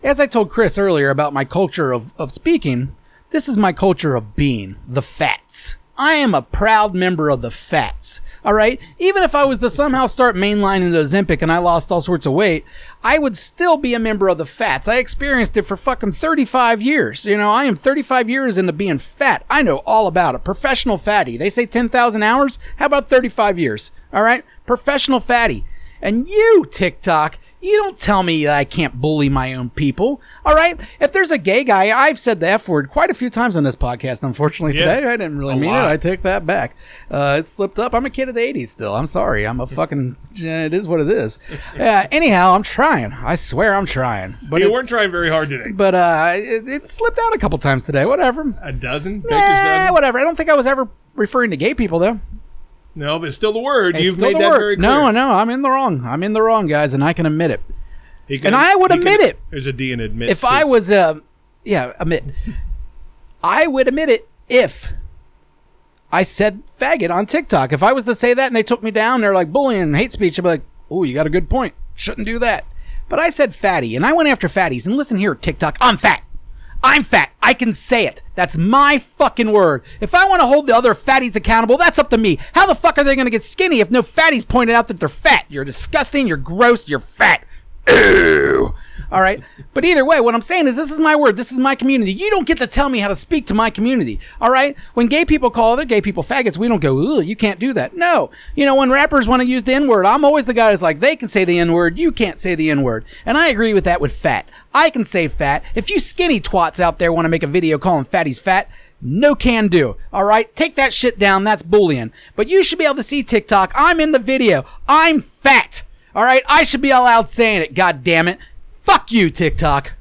as I told Chris earlier about my culture of, of speaking, this is my culture of being the fats. I am a proud member of the fats. All right. Even if I was to somehow start mainlining the Ozempic and I lost all sorts of weight, I would still be a member of the fats. I experienced it for fucking 35 years. You know, I am 35 years into being fat. I know all about it. Professional fatty. They say 10,000 hours. How about 35 years? All right. Professional fatty. And you, TikTok, You don't tell me that I can't bully my own people. All right. If there's a gay guy, I've said the F word quite a few times on this podcast, unfortunately, Yeah. today. I didn't really A mean lot. it. I take that back. Uh, it slipped up. I'm a kid of the 80s still. I'm sorry. I'm a fucking. It is what it [LAUGHS] is. Uh, anyhow, I'm trying. I swear I'm trying. But you it's- weren't trying very hard today. But uh, it, it slipped out a couple times today. Whatever. A dozen? Baker's Eh, dozen? whatever. I don't think I was ever referring to gay people though. No, but it's still the word. It's You've still made the that word. very clear. No, no, I'm in the wrong. I'm in the wrong, guys, and I can admit it. He can- And I would he can- admit it. There's a D in admit. If too. I was uh, yeah, admit. I would admit it if I said faggot on TikTok. If I was to say that and they took me down, they're like bullying and hate speech. I'd be like, oh, you got a good point. Shouldn't do that. But I said fatty, and I went after fatties. And listen here, TikTok, I'm fat. I'm fat. I can say it. That's my fucking word. If I want to hold the other fatties accountable, that's up to me. How the fuck are they going to get skinny if no fatties pointed out that they're fat? You're disgusting. You're gross. You're fat. Ew. [COUGHS] All right. But either way, what I'm saying is this is my word. This is my community. You don't get to tell me how to speak to my community. All right. When gay people call other gay people faggots, we don't go, ooh, you can't do that. No. You know, when rappers want to use the N word, I'm always the guy that's like, they can say the N word. You can't say the N word. And I agree with that with fat. I can say fat. If you skinny twats out there want to make a video calling fatties fat, no can do. All right. Take that shit down. That's bullying. But you should be able to see TikTok. I'm in the video. I'm fat. All right. I should be all out saying it. God damn it. Fuck you, TikTok.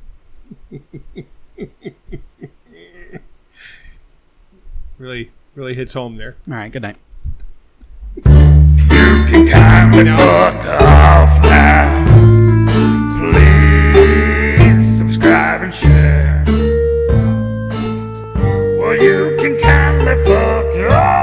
really, really hits home there. All right. Good night. Please subscribe and share. Well, you can kindly fuck your